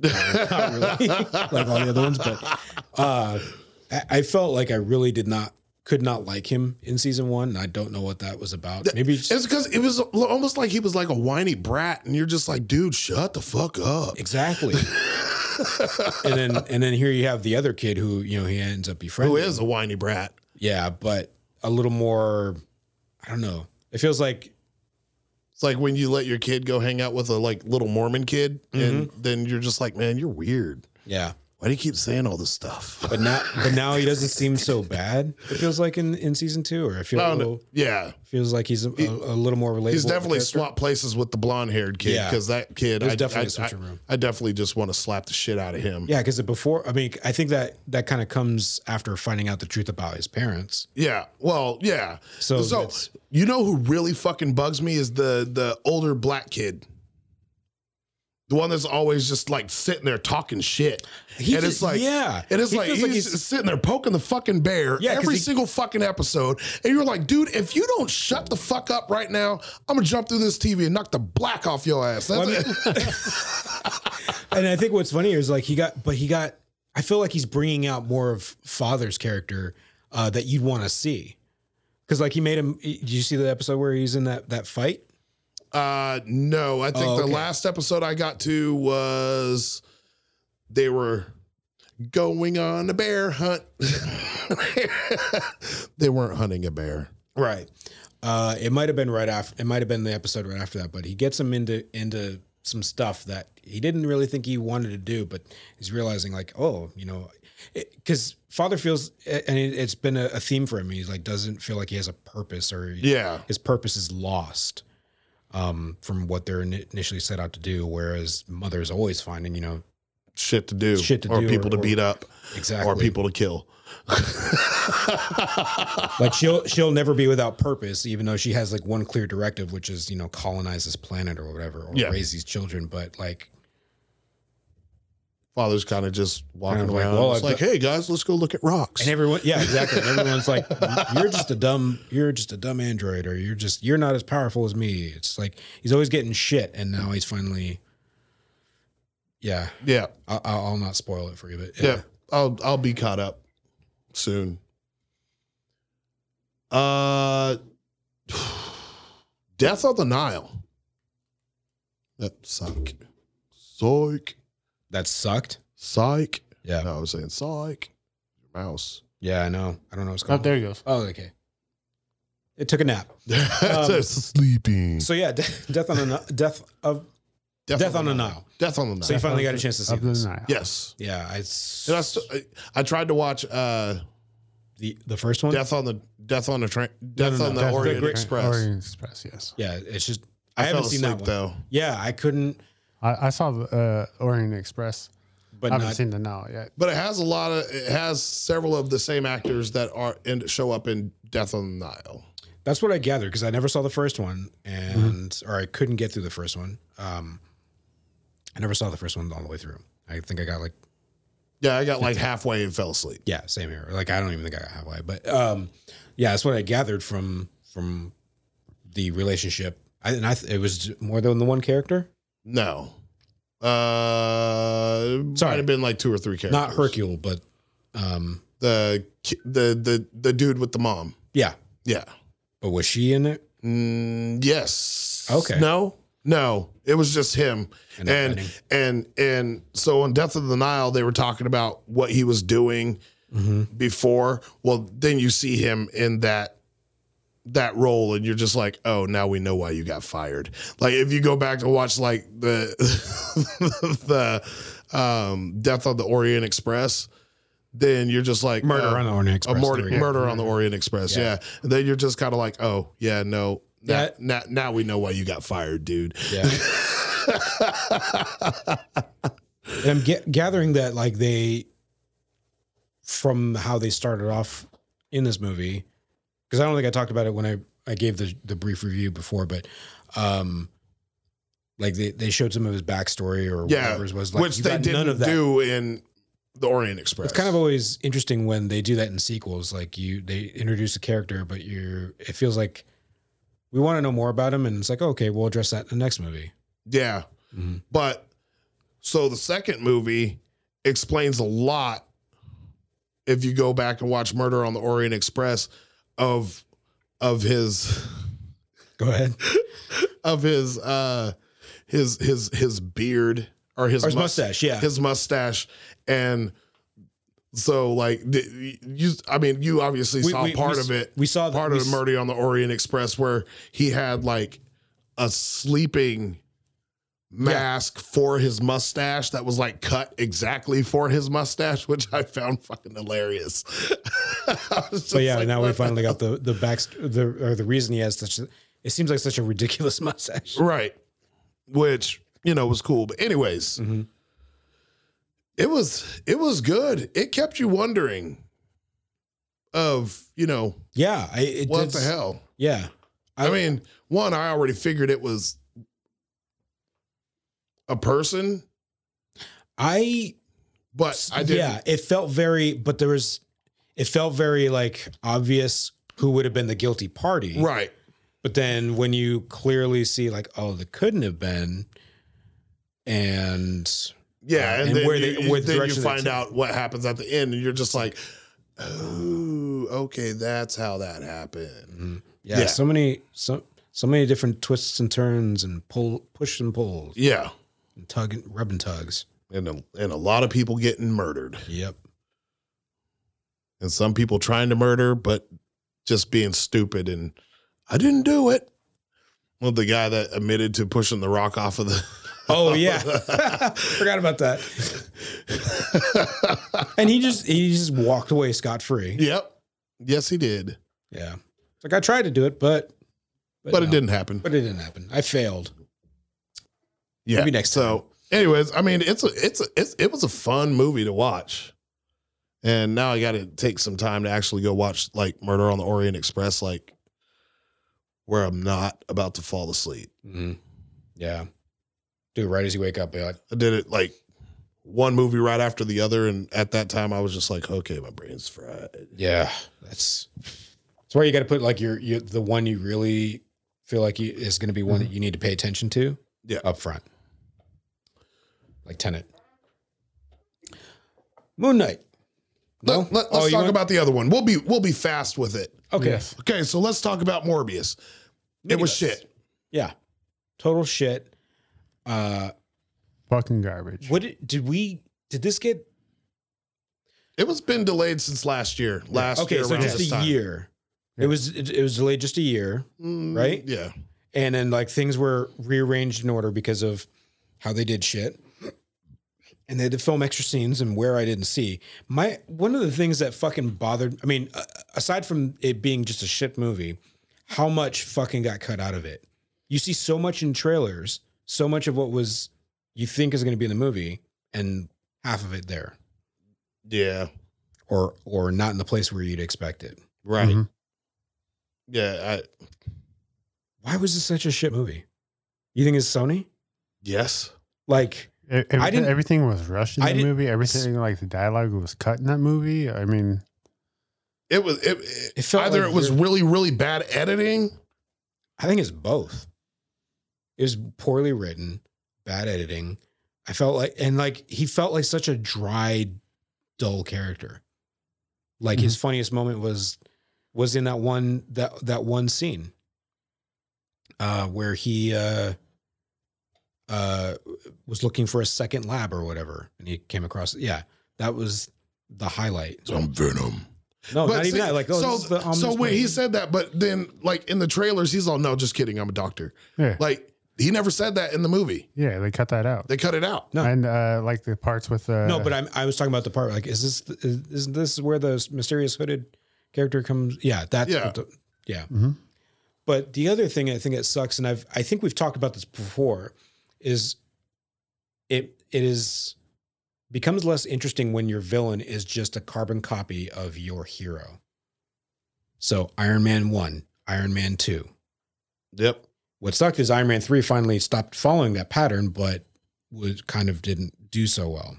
[SPEAKER 2] Not really, like all the other ones, but uh, I, I felt like I really did not, could not like him in season one. and I don't know what that was about. Maybe it's-
[SPEAKER 4] It's because it was almost like he was like a whiny brat, and you're just like, dude, shut the fuck up.
[SPEAKER 2] Exactly. and then and then here you have the other kid who, you know, he ends up befriending.
[SPEAKER 4] Who is a whiny brat?
[SPEAKER 2] Yeah, but a little more I don't know. It feels like
[SPEAKER 4] It's like when you let your kid go hang out with a like little Mormon kid, and then you're just like, man, you're weird.
[SPEAKER 2] yeah.
[SPEAKER 4] Why do you keep saying all this stuff?
[SPEAKER 2] But now but now he doesn't seem so bad. It feels like in, in season two, or I feel
[SPEAKER 4] I
[SPEAKER 2] a
[SPEAKER 4] don't
[SPEAKER 2] little,
[SPEAKER 4] know. Oh, yeah,
[SPEAKER 2] feels like he's a, a, a little more relatable.
[SPEAKER 4] he's definitely
[SPEAKER 2] character.
[SPEAKER 4] swapped places with the blonde haired kid
[SPEAKER 2] Yeah.
[SPEAKER 4] because that kid,
[SPEAKER 2] There's
[SPEAKER 4] I
[SPEAKER 2] definitely a
[SPEAKER 4] I,
[SPEAKER 2] switcheroo.
[SPEAKER 4] I, I definitely just want to slap the shit out of him.
[SPEAKER 2] Yeah, because before I mean I think that that kind of comes after finding out the truth about his parents.
[SPEAKER 4] Yeah. Well, yeah.
[SPEAKER 2] So
[SPEAKER 4] So,
[SPEAKER 2] that's-
[SPEAKER 4] you know who really fucking bugs me is the the older black kid. The one that's always just like sitting there talking shit.
[SPEAKER 2] He
[SPEAKER 4] and it's
[SPEAKER 2] just-
[SPEAKER 4] like
[SPEAKER 2] yeah.
[SPEAKER 4] And it's
[SPEAKER 2] He
[SPEAKER 4] like
[SPEAKER 2] feels
[SPEAKER 4] he's,
[SPEAKER 2] like he's-
[SPEAKER 4] sitting there poking the fucking bear
[SPEAKER 2] Yeah, 'cause
[SPEAKER 4] every
[SPEAKER 2] he-
[SPEAKER 4] single fucking episode. And you're like, dude, if you don't shut the fuck up right now, I'm gonna jump through this TV and knock the black off your ass. That's
[SPEAKER 2] Well, I mean- and I think what's funny is like he got, but he got. I feel like he's bringing out more of father's character uh, that you'd want to see, because like he made him. Did you see the episode where he's in that that fight?
[SPEAKER 4] Uh, no, I think
[SPEAKER 2] Oh, okay.
[SPEAKER 4] the last episode I got to was they were going on a bear hunt. they weren't hunting a bear.
[SPEAKER 2] Right. Uh, it might have been right after. It might have been the episode right after that. But he gets him into into some stuff that he didn't really think he wanted to do, but he's realizing like, oh, you know, because Father feels, and it, it's been a, a theme for him. He's like doesn't feel like he has a purpose or
[SPEAKER 4] Yeah.
[SPEAKER 2] his purpose is lost um, from what they're ini- initially set out to do. Whereas mother's always finding, you know,
[SPEAKER 4] Shit to do.
[SPEAKER 2] Shit to
[SPEAKER 4] or
[SPEAKER 2] do or-
[SPEAKER 4] people to
[SPEAKER 2] or-
[SPEAKER 4] beat up.
[SPEAKER 2] exactly
[SPEAKER 4] Or people to kill.
[SPEAKER 2] like she'll she'll never be without purpose, even though she has like one clear directive, which is you know colonize this planet or whatever, or
[SPEAKER 4] Yeah.
[SPEAKER 2] raise these children. But like,
[SPEAKER 4] Father's kind of just walking
[SPEAKER 2] Kind of like,
[SPEAKER 4] around.
[SPEAKER 2] well,
[SPEAKER 4] it's
[SPEAKER 2] I've
[SPEAKER 4] like, hey guys, let's go look at rocks.
[SPEAKER 2] and everyone, yeah, exactly. And everyone's like, you're just a dumb, you're just a dumb android, or you're just you're not as powerful as me. It's like he's always getting shit, and now he's finally, yeah.
[SPEAKER 4] yeah.
[SPEAKER 2] I- I'll, I'll not spoil it for you, but
[SPEAKER 4] yeah. I'll I'll be caught up soon. Uh Death on the Nile. That psych. Psych.
[SPEAKER 2] that sucked.
[SPEAKER 4] Psych.
[SPEAKER 2] Yeah,
[SPEAKER 4] No, I was saying psych. Mouse.
[SPEAKER 2] yeah, I know. I don't know what's
[SPEAKER 5] Oh,
[SPEAKER 2] called.
[SPEAKER 5] there he goes.
[SPEAKER 2] Oh, okay. It took a nap. Um,
[SPEAKER 4] That's sleeping.
[SPEAKER 2] So yeah, de- death on the Ni- death of death, on the Nile.
[SPEAKER 4] Death on the Nile.
[SPEAKER 2] So you finally got a chance to see
[SPEAKER 5] Up the
[SPEAKER 2] this.
[SPEAKER 5] Nile.
[SPEAKER 4] yes.
[SPEAKER 2] Yeah, I,
[SPEAKER 4] And I, st- I I tried to watch uh,
[SPEAKER 2] the the first one.
[SPEAKER 4] Death on the Death on the Train, Death
[SPEAKER 2] no,
[SPEAKER 4] on
[SPEAKER 2] no.
[SPEAKER 4] the
[SPEAKER 5] That's
[SPEAKER 4] Orient
[SPEAKER 5] Orient-
[SPEAKER 4] Express.
[SPEAKER 5] Orient Express, yes.
[SPEAKER 2] Yeah, it's just
[SPEAKER 4] I,
[SPEAKER 2] I, haven't
[SPEAKER 4] fell
[SPEAKER 2] seen
[SPEAKER 4] asleep
[SPEAKER 2] that one.
[SPEAKER 4] though.
[SPEAKER 2] Yeah, I couldn't.
[SPEAKER 5] I, I saw the uh, Orient Express.
[SPEAKER 2] But
[SPEAKER 5] I haven't
[SPEAKER 2] not,
[SPEAKER 5] seen the Nile yet.
[SPEAKER 4] But it has a lot of it has several of the same actors that are and show up in Death on the Nile.
[SPEAKER 2] that's what I gathered because I never saw the first one, and
[SPEAKER 5] Mm-hmm.
[SPEAKER 2] or I couldn't get through the first one. Um, I never saw the first one all the way through. I think I got like
[SPEAKER 4] Yeah, I got like halfway and fell asleep.
[SPEAKER 2] yeah, same here. Like I don't even think I got halfway, but um, yeah, that's what I gathered from from the relationship. I, and I th- it was more than the one character,
[SPEAKER 4] No. Uh it
[SPEAKER 2] Sorry.
[SPEAKER 4] might have been like two or three characters.
[SPEAKER 2] not Hercule, but um,
[SPEAKER 4] The ki- the the the dude with the mom.
[SPEAKER 2] yeah.
[SPEAKER 4] Yeah.
[SPEAKER 2] But was she in it?
[SPEAKER 4] Mm, yes.
[SPEAKER 2] Okay.
[SPEAKER 4] No. No. It was just him.
[SPEAKER 2] And that
[SPEAKER 4] and
[SPEAKER 2] ending.
[SPEAKER 4] and and so on Death of the Nile, they were talking about what he was doing
[SPEAKER 2] Mm-hmm.
[SPEAKER 4] before. Well, then you see him in that that role, and you're just like, oh, now we know why you got fired. Like if you go back to watch like the the um, Death on the Orient Express, then you're just like
[SPEAKER 2] Murder
[SPEAKER 4] oh,
[SPEAKER 2] on the Orient
[SPEAKER 4] a
[SPEAKER 2] Express.
[SPEAKER 4] murder,
[SPEAKER 2] There we go.
[SPEAKER 4] murder on the Orient Express. Yeah. And then you're just kind of like, oh, yeah, no. Now,
[SPEAKER 2] Yeah.
[SPEAKER 4] now, now we know why you got fired, dude.
[SPEAKER 2] Yeah. and I'm ga- gathering that like they, from how they started off in this movie, because I don't think I talked about it when I, I gave the, the brief review before, but, um, like they, they showed some of his backstory or
[SPEAKER 4] Yeah,
[SPEAKER 2] whatever it was like,
[SPEAKER 4] Which
[SPEAKER 2] you
[SPEAKER 4] they
[SPEAKER 2] got
[SPEAKER 4] didn't do in the Orient Express.
[SPEAKER 2] It's kind of always interesting when they do that in sequels. Like you, they introduce a character, but you, it feels like we want to know more about him, and it's like, okay, we'll address that in the next movie.
[SPEAKER 4] yeah.
[SPEAKER 2] Mhm.
[SPEAKER 4] But so the second movie explains a lot if you go back and watch Murder on the Orient Express of of his
[SPEAKER 2] Go ahead.
[SPEAKER 4] of his uh his his his beard or his,
[SPEAKER 2] Or his
[SPEAKER 4] mus-
[SPEAKER 2] mustache, yeah.
[SPEAKER 4] his mustache and so like the, you i mean you obviously saw part
[SPEAKER 2] we-
[SPEAKER 4] of it
[SPEAKER 2] We saw
[SPEAKER 4] part
[SPEAKER 2] we
[SPEAKER 4] of the
[SPEAKER 2] s-
[SPEAKER 4] murder on the orient express where he had like a sleeping mask for his mustache that was like cut exactly for his mustache which i found fucking hilarious
[SPEAKER 2] But yeah, now we finally got the the back the or the reason he has such. A, it seems like such a ridiculous mustache.
[SPEAKER 4] Right. Which, you know, was cool. But anyways,
[SPEAKER 2] Mhm.
[SPEAKER 4] it was it was good. It kept you wondering of, you know,
[SPEAKER 2] Yeah, I, it
[SPEAKER 4] what
[SPEAKER 2] did-
[SPEAKER 4] the hell?
[SPEAKER 2] Yeah,
[SPEAKER 4] I, mean, one, I already figured it was a person,
[SPEAKER 2] I
[SPEAKER 4] but I didn't
[SPEAKER 2] Yeah, it felt very, but there was, it felt very like obvious who would have been the guilty party,
[SPEAKER 4] right.
[SPEAKER 2] But then when you clearly see like, oh, that couldn't have been, and
[SPEAKER 4] Yeah,
[SPEAKER 2] Uh,
[SPEAKER 4] and,
[SPEAKER 2] and
[SPEAKER 4] then,
[SPEAKER 2] where
[SPEAKER 4] you,
[SPEAKER 2] they-
[SPEAKER 4] you-
[SPEAKER 2] where the
[SPEAKER 4] then you
[SPEAKER 2] direction they
[SPEAKER 4] find
[SPEAKER 2] took.
[SPEAKER 4] out what happens at the end, and you're just like, "Oh, okay, that's how that happened."
[SPEAKER 2] yeah,
[SPEAKER 4] Yeah.
[SPEAKER 2] so many so so many different twists and turns and pull push and pulls
[SPEAKER 4] Yeah,
[SPEAKER 2] and tug and rub and tugs.
[SPEAKER 4] and a, and a lot of people getting murdered.
[SPEAKER 2] Yep.
[SPEAKER 4] and some people trying to murder but just being stupid and I didn't do it. Well, the guy that admitted to pushing the rock off of the
[SPEAKER 2] Oh yeah, forgot about that. and he just he just walked away scot free.
[SPEAKER 4] Yep. Yes, he did.
[SPEAKER 2] Yeah, It's like I tried to do it, but
[SPEAKER 4] But, it
[SPEAKER 2] no.
[SPEAKER 4] didn't happen.
[SPEAKER 2] But it didn't happen. I failed.
[SPEAKER 4] yeah.
[SPEAKER 2] maybe next
[SPEAKER 4] So, anyways, I mean, it's a, it's a, it's it was a fun movie to watch. And now I got to take some time to actually go watch like Murder on the Orient Express like where I'm not about to fall asleep.
[SPEAKER 2] Yeah, do it right as you wake up. Be like,
[SPEAKER 4] I did it like one movie right after the other and at that time I was just like, okay, my brain's fried.
[SPEAKER 2] yeah, that's that's where you got to put like your, your the one you really feel like you, is going to be one
[SPEAKER 4] Mm-hmm.
[SPEAKER 2] that you need to pay attention to.
[SPEAKER 4] Yeah.
[SPEAKER 2] up front, like Tenant, Moon Knight. No,
[SPEAKER 4] Let, let,
[SPEAKER 2] Oh,
[SPEAKER 4] let's
[SPEAKER 2] you
[SPEAKER 4] talk
[SPEAKER 2] want-
[SPEAKER 4] about the other one. We'll be we'll be fast with it.
[SPEAKER 2] okay.
[SPEAKER 5] Yes.
[SPEAKER 4] Okay, so let's talk about Morbius. It was
[SPEAKER 2] Meaningless.
[SPEAKER 4] shit.
[SPEAKER 2] Yeah, total shit. Uh,
[SPEAKER 5] Fucking garbage. E-,
[SPEAKER 2] what did, did we? Did this get
[SPEAKER 4] It was been delayed since last year. Last
[SPEAKER 2] okay?
[SPEAKER 4] year,
[SPEAKER 2] So
[SPEAKER 4] around
[SPEAKER 2] just
[SPEAKER 4] this
[SPEAKER 2] a
[SPEAKER 4] time.
[SPEAKER 2] year.
[SPEAKER 5] Yeah.
[SPEAKER 2] It was it, it was delayed just a year,
[SPEAKER 4] Mm,
[SPEAKER 2] right?
[SPEAKER 4] Yeah.
[SPEAKER 2] and then like things were rearranged in order because of how they did shit. And they had to film extra scenes and where I didn't see my one of the things that fucking bothered. I mean, a- aside from it being just a shit movie, how much fucking got cut out of it? You see so much in trailers, so much of what was you think is going to be in the movie, and half of it there.
[SPEAKER 4] Yeah.
[SPEAKER 2] or or not in the place where you'd expect it.
[SPEAKER 4] Right.
[SPEAKER 2] Mm-hmm.
[SPEAKER 5] Mhm.
[SPEAKER 4] Yeah. I,
[SPEAKER 2] Why was this such a shit movie? You think it's Sony?
[SPEAKER 4] yes.
[SPEAKER 2] Like,
[SPEAKER 5] E- everything,
[SPEAKER 2] didn't-
[SPEAKER 5] everything was rushed in
[SPEAKER 2] I
[SPEAKER 5] that
[SPEAKER 2] didn't-
[SPEAKER 5] movie. Everything like the dialogue was cut in that movie. I mean,
[SPEAKER 4] It was. It, it,
[SPEAKER 2] It felt
[SPEAKER 4] either
[SPEAKER 2] like
[SPEAKER 4] it was
[SPEAKER 2] you're-
[SPEAKER 4] really, really bad editing.
[SPEAKER 2] I think it's both. It was poorly written, bad editing. I felt like, and like he felt like such a dry, dull character. Like his
[SPEAKER 4] Mm-hmm.
[SPEAKER 2] funniest moment was was in that one that that one scene uh, where he uh, uh, was looking for a second lab or whatever, and he came across. Yeah, that was the highlight.
[SPEAKER 4] Some venom.
[SPEAKER 2] No,
[SPEAKER 4] But
[SPEAKER 2] not even
[SPEAKER 4] see,
[SPEAKER 2] that. Like, oh,
[SPEAKER 4] so,
[SPEAKER 2] this is the ominous
[SPEAKER 4] so when
[SPEAKER 2] moment.
[SPEAKER 4] he said that, but then like in the trailers, he's all, "No, just kidding. I'm a doctor."
[SPEAKER 5] yeah,
[SPEAKER 4] Like he never said that in the movie.
[SPEAKER 5] yeah, they cut that out.
[SPEAKER 4] They cut it out.
[SPEAKER 2] No.
[SPEAKER 5] And uh, like the parts with uh,
[SPEAKER 2] No, but I'm, I was talking about the part like, is this the- is, is this where the mysterious hooded character comes? Yeah, that's
[SPEAKER 4] Yeah.
[SPEAKER 2] what the- yeah.
[SPEAKER 5] Mhm.
[SPEAKER 2] But the other thing I think that sucks, and I've I think we've talked about this before, is it it is becomes less interesting when your villain is just a carbon copy of your hero. So Iron Man one, Iron Man two.
[SPEAKER 4] Yep.
[SPEAKER 2] What sucked is Iron Man three finally stopped following that pattern, but was kind of didn't do so well.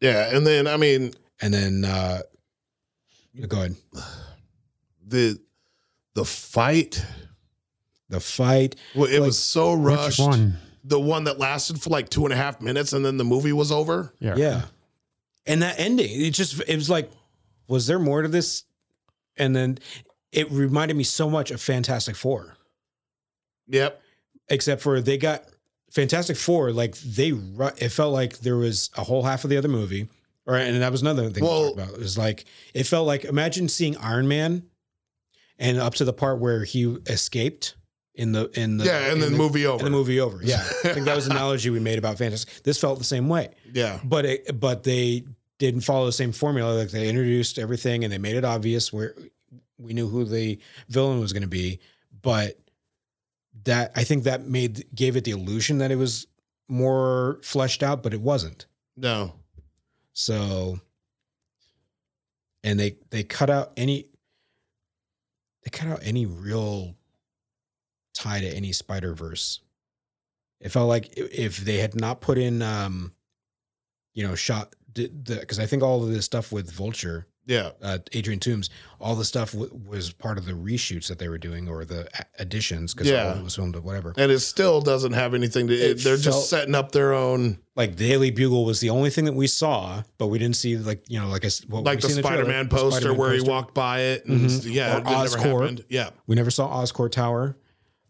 [SPEAKER 4] Yeah, and then I mean
[SPEAKER 2] And then uh go ahead.
[SPEAKER 4] the the fight.
[SPEAKER 2] The fight.
[SPEAKER 4] Well, it
[SPEAKER 2] Like,
[SPEAKER 4] was so
[SPEAKER 5] which
[SPEAKER 4] rushed.
[SPEAKER 5] one?
[SPEAKER 4] The one that lasted for like two and a half minutes, and then the movie was over.
[SPEAKER 5] Yeah,
[SPEAKER 2] Yeah. And that ending, it just it was like, was there more to this? And then it reminded me so much of Fantastic Four.
[SPEAKER 4] Yep.
[SPEAKER 2] Except for they got Fantastic Four, like they ru- it felt like there was a whole half of the other movie. Or and that was another thing
[SPEAKER 4] Well-
[SPEAKER 2] we talked about. It was like it felt like imagine seeing Iron Man and up to the part where he escaped in the in the
[SPEAKER 4] yeah, and
[SPEAKER 2] in
[SPEAKER 4] then
[SPEAKER 2] the-
[SPEAKER 4] movie over.
[SPEAKER 2] and the movie over. Yeah. I think that was an analogy we made about Fantastic. This felt the same way.
[SPEAKER 4] Yeah.
[SPEAKER 2] but it, but they didn't follow the same formula. Like they introduced everything and they made it obvious where we knew who the villain was going to be. But that I think that made gave it the illusion that it was more fleshed out, but it wasn't.
[SPEAKER 4] No.
[SPEAKER 2] So, and they they cut out any they cut out any real tie to any Spider Verse. It felt like i- if they had not put in, um, you know, shot did the because I think all of this stuff with Vulture,
[SPEAKER 4] Yeah.
[SPEAKER 2] uh, Adrian Toomes, all the stuff w- was part of the reshoots that they were doing or the a- additions because
[SPEAKER 4] Yeah.
[SPEAKER 2] all of it was filmed at whatever.
[SPEAKER 4] and it still doesn't have anything to. It,
[SPEAKER 2] It
[SPEAKER 4] they're
[SPEAKER 2] felt-
[SPEAKER 4] just setting up their own,
[SPEAKER 2] like Daily Bugle was the only thing that we saw, but we didn't see like Oh, you know like I s- what
[SPEAKER 4] like
[SPEAKER 2] we
[SPEAKER 4] the
[SPEAKER 2] see in trailer,
[SPEAKER 4] Spider-Man
[SPEAKER 2] the
[SPEAKER 4] poster
[SPEAKER 2] Spider-Man
[SPEAKER 4] where
[SPEAKER 2] poster.
[SPEAKER 4] he walked by it, and
[SPEAKER 2] Mhm.
[SPEAKER 4] yeah,
[SPEAKER 2] Or
[SPEAKER 4] it never
[SPEAKER 2] Oscorp.
[SPEAKER 4] happened. Yeah,
[SPEAKER 2] We never saw Oscorp Tower.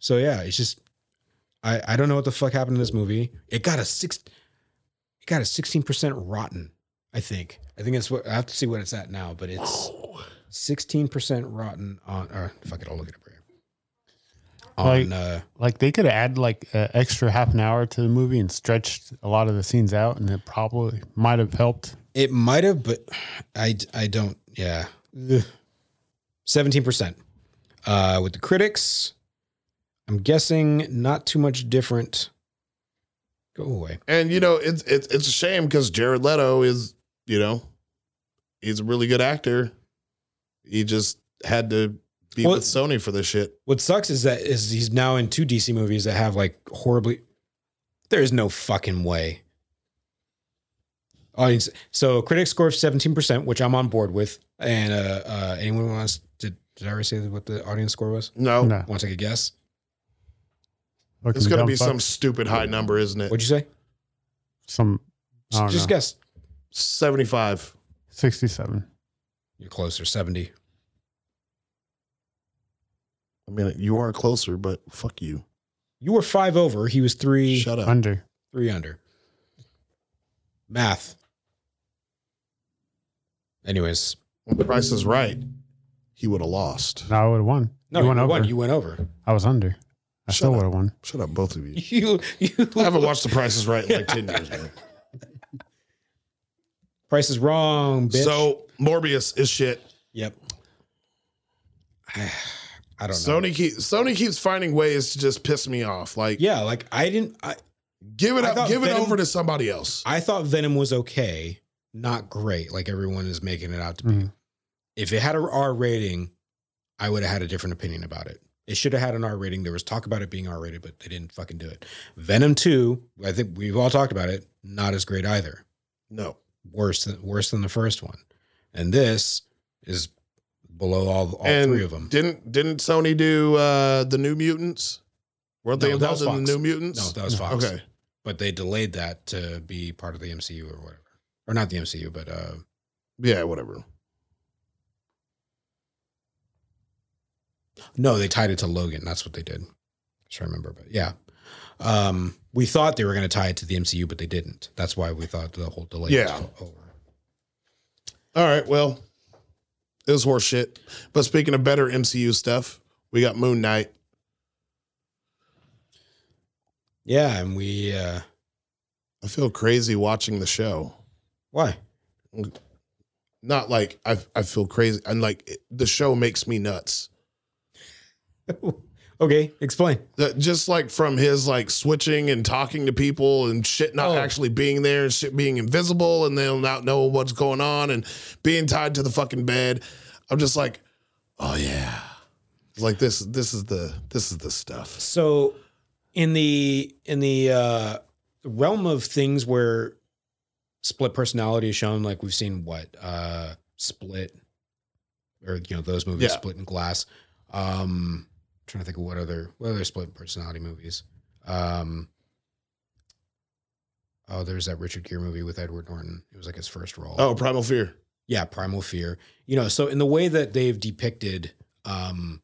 [SPEAKER 2] So yeah, it's just I I don't know what the fuck happened in this movie. It got a six it got a sixteen percent rotten, I think. I think it's what I have to see what it's at now, but it's sixteen percent rotten on or fuck it, I'll look it up right here. on
[SPEAKER 5] Like-
[SPEAKER 2] uh,
[SPEAKER 5] Like they could add like an extra half an hour to the movie and stretched a lot of the scenes out, and it probably might have helped.
[SPEAKER 2] it might have, but I I don't. Yeah, seventeen percent uh, with the critics. I'm guessing not too much different. Go away.
[SPEAKER 4] And you know, it's it's it's a shame because Jared Leto is, you know, he's a really good actor. He just had to be
[SPEAKER 2] Well-
[SPEAKER 4] with Sony for this shit.
[SPEAKER 2] What sucks is that is he's now in two DC movies that have like horribly. There is no fucking way. Audience. So critics score seventeen percent, which I'm on board with. And uh, uh, anyone wants did did I already say what the audience score was?
[SPEAKER 4] No,
[SPEAKER 5] No,
[SPEAKER 2] Want to take a guess?
[SPEAKER 4] it's gonna
[SPEAKER 5] Fucking
[SPEAKER 4] be
[SPEAKER 5] dumb
[SPEAKER 4] some
[SPEAKER 5] fuck.
[SPEAKER 4] stupid high number, isn't it?
[SPEAKER 2] What'd you say?
[SPEAKER 5] some. I don't
[SPEAKER 2] Just
[SPEAKER 5] know,
[SPEAKER 2] guess.
[SPEAKER 4] Seventy-five.
[SPEAKER 5] sixty-seven.
[SPEAKER 2] You're closer, seventy.
[SPEAKER 4] I mean, you are closer, but fuck you.
[SPEAKER 2] You were five over. He was three,
[SPEAKER 4] Shut up.
[SPEAKER 5] Under.
[SPEAKER 2] three under. Math. Anyways,
[SPEAKER 4] When the price is right, he would have lost.
[SPEAKER 5] No, I would have won.
[SPEAKER 2] no,
[SPEAKER 5] you
[SPEAKER 2] you
[SPEAKER 5] won over.
[SPEAKER 2] won. You went over.
[SPEAKER 5] I was under. I
[SPEAKER 4] Shut
[SPEAKER 5] still
[SPEAKER 4] up.
[SPEAKER 5] would have won.
[SPEAKER 4] Shut up, both of you.
[SPEAKER 2] You, you
[SPEAKER 4] I haven't watched The Price is Right in like ten years. Man.
[SPEAKER 2] Price is wrong, bitch.
[SPEAKER 4] So Morbius is shit.
[SPEAKER 2] yep. I, I don't know.
[SPEAKER 4] Sony keeps Sony keeps finding ways to just piss me off. Like,
[SPEAKER 2] Yeah, like I didn't. I,
[SPEAKER 4] give it
[SPEAKER 2] I
[SPEAKER 4] up,
[SPEAKER 2] thought
[SPEAKER 4] give it
[SPEAKER 2] Venom-
[SPEAKER 4] over to somebody else.
[SPEAKER 2] I thought Venom was okay, not great, like everyone is making it out to be.
[SPEAKER 4] Mm-hmm.
[SPEAKER 5] Mhm.
[SPEAKER 2] If it had a R rating, I would have had a different opinion about it. It should have had an R rating. There was talk about it being R rated, but they didn't fucking do it. Venom Two, I think we've all talked about it. Not as great either.
[SPEAKER 4] No,
[SPEAKER 2] Worse than worse than the first one, and this is below all all
[SPEAKER 4] and
[SPEAKER 2] three of them.
[SPEAKER 4] Didn't didn't Sony do uh, the New Mutants? Weren't they
[SPEAKER 2] No, that was
[SPEAKER 4] involved in
[SPEAKER 2] Fox.
[SPEAKER 4] the
[SPEAKER 2] no,
[SPEAKER 4] New Mutants?
[SPEAKER 2] that was Fox.
[SPEAKER 4] okay,
[SPEAKER 2] but they delayed that to be part of the MCU or whatever, or not the MCU, but uh,
[SPEAKER 4] yeah, whatever.
[SPEAKER 2] No, they tied it to Logan. That's what they did. Just remember, but yeah, um, we thought they were going to tie it to the MCU, but they didn't. That's why we thought the whole delay.
[SPEAKER 4] Yeah.
[SPEAKER 2] Was over.
[SPEAKER 4] All right, well, it was horse shit. But speaking of better MCU stuff, we got Moon Knight.
[SPEAKER 2] Yeah, and we uh,
[SPEAKER 4] I feel crazy watching the show.
[SPEAKER 2] why?
[SPEAKER 4] Not like I I feel crazy. And like it- the show makes me nuts.
[SPEAKER 2] okay, explain.
[SPEAKER 4] That just like from his like switching and talking to people and shit not
[SPEAKER 2] Oh.
[SPEAKER 4] actually being there and shit being invisible and them not knowing what's going on and being tied to the fucking bed. I'm just like, oh yeah. It's Like this this is the this is the stuff.
[SPEAKER 2] So, in the in the uh, realm of things where split personality is shown, like we've seen what uh, Split, or you know those movies,
[SPEAKER 4] Yeah.
[SPEAKER 2] Split and Glass. Um, trying to think of what other what other split personality movies. Um, oh, there's that Richard Gere movie with Edward Norton. It was like his first role.
[SPEAKER 4] Oh, primal fear.
[SPEAKER 2] Yeah, primal fear. You know, so in the way that they've depicted um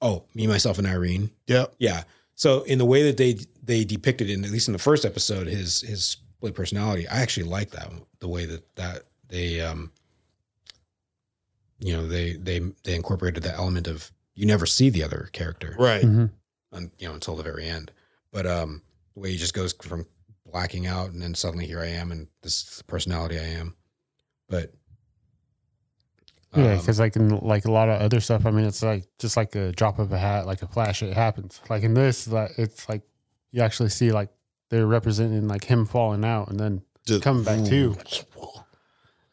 [SPEAKER 2] Oh, me myself and Irene.
[SPEAKER 4] Yep.
[SPEAKER 2] Yeah. So in the way that they they depicted in at least in the first episode his his split personality, I actually like that one, the way that that they um you know, they they they incorporated that element of you never see the other character
[SPEAKER 4] Right.
[SPEAKER 5] Mhm.
[SPEAKER 2] un, you know until the very end. But um, the way he just goes from blacking out and then suddenly here I am and this is the personality I am. But
[SPEAKER 5] Yeah,
[SPEAKER 2] um,
[SPEAKER 5] because like in like a lot of other stuff, I mean, it's like just like a drop of a hat, like a flash, it happens. Like in this, like it's like you actually see like they're representing like him falling out and then
[SPEAKER 4] Just-
[SPEAKER 5] coming back to you.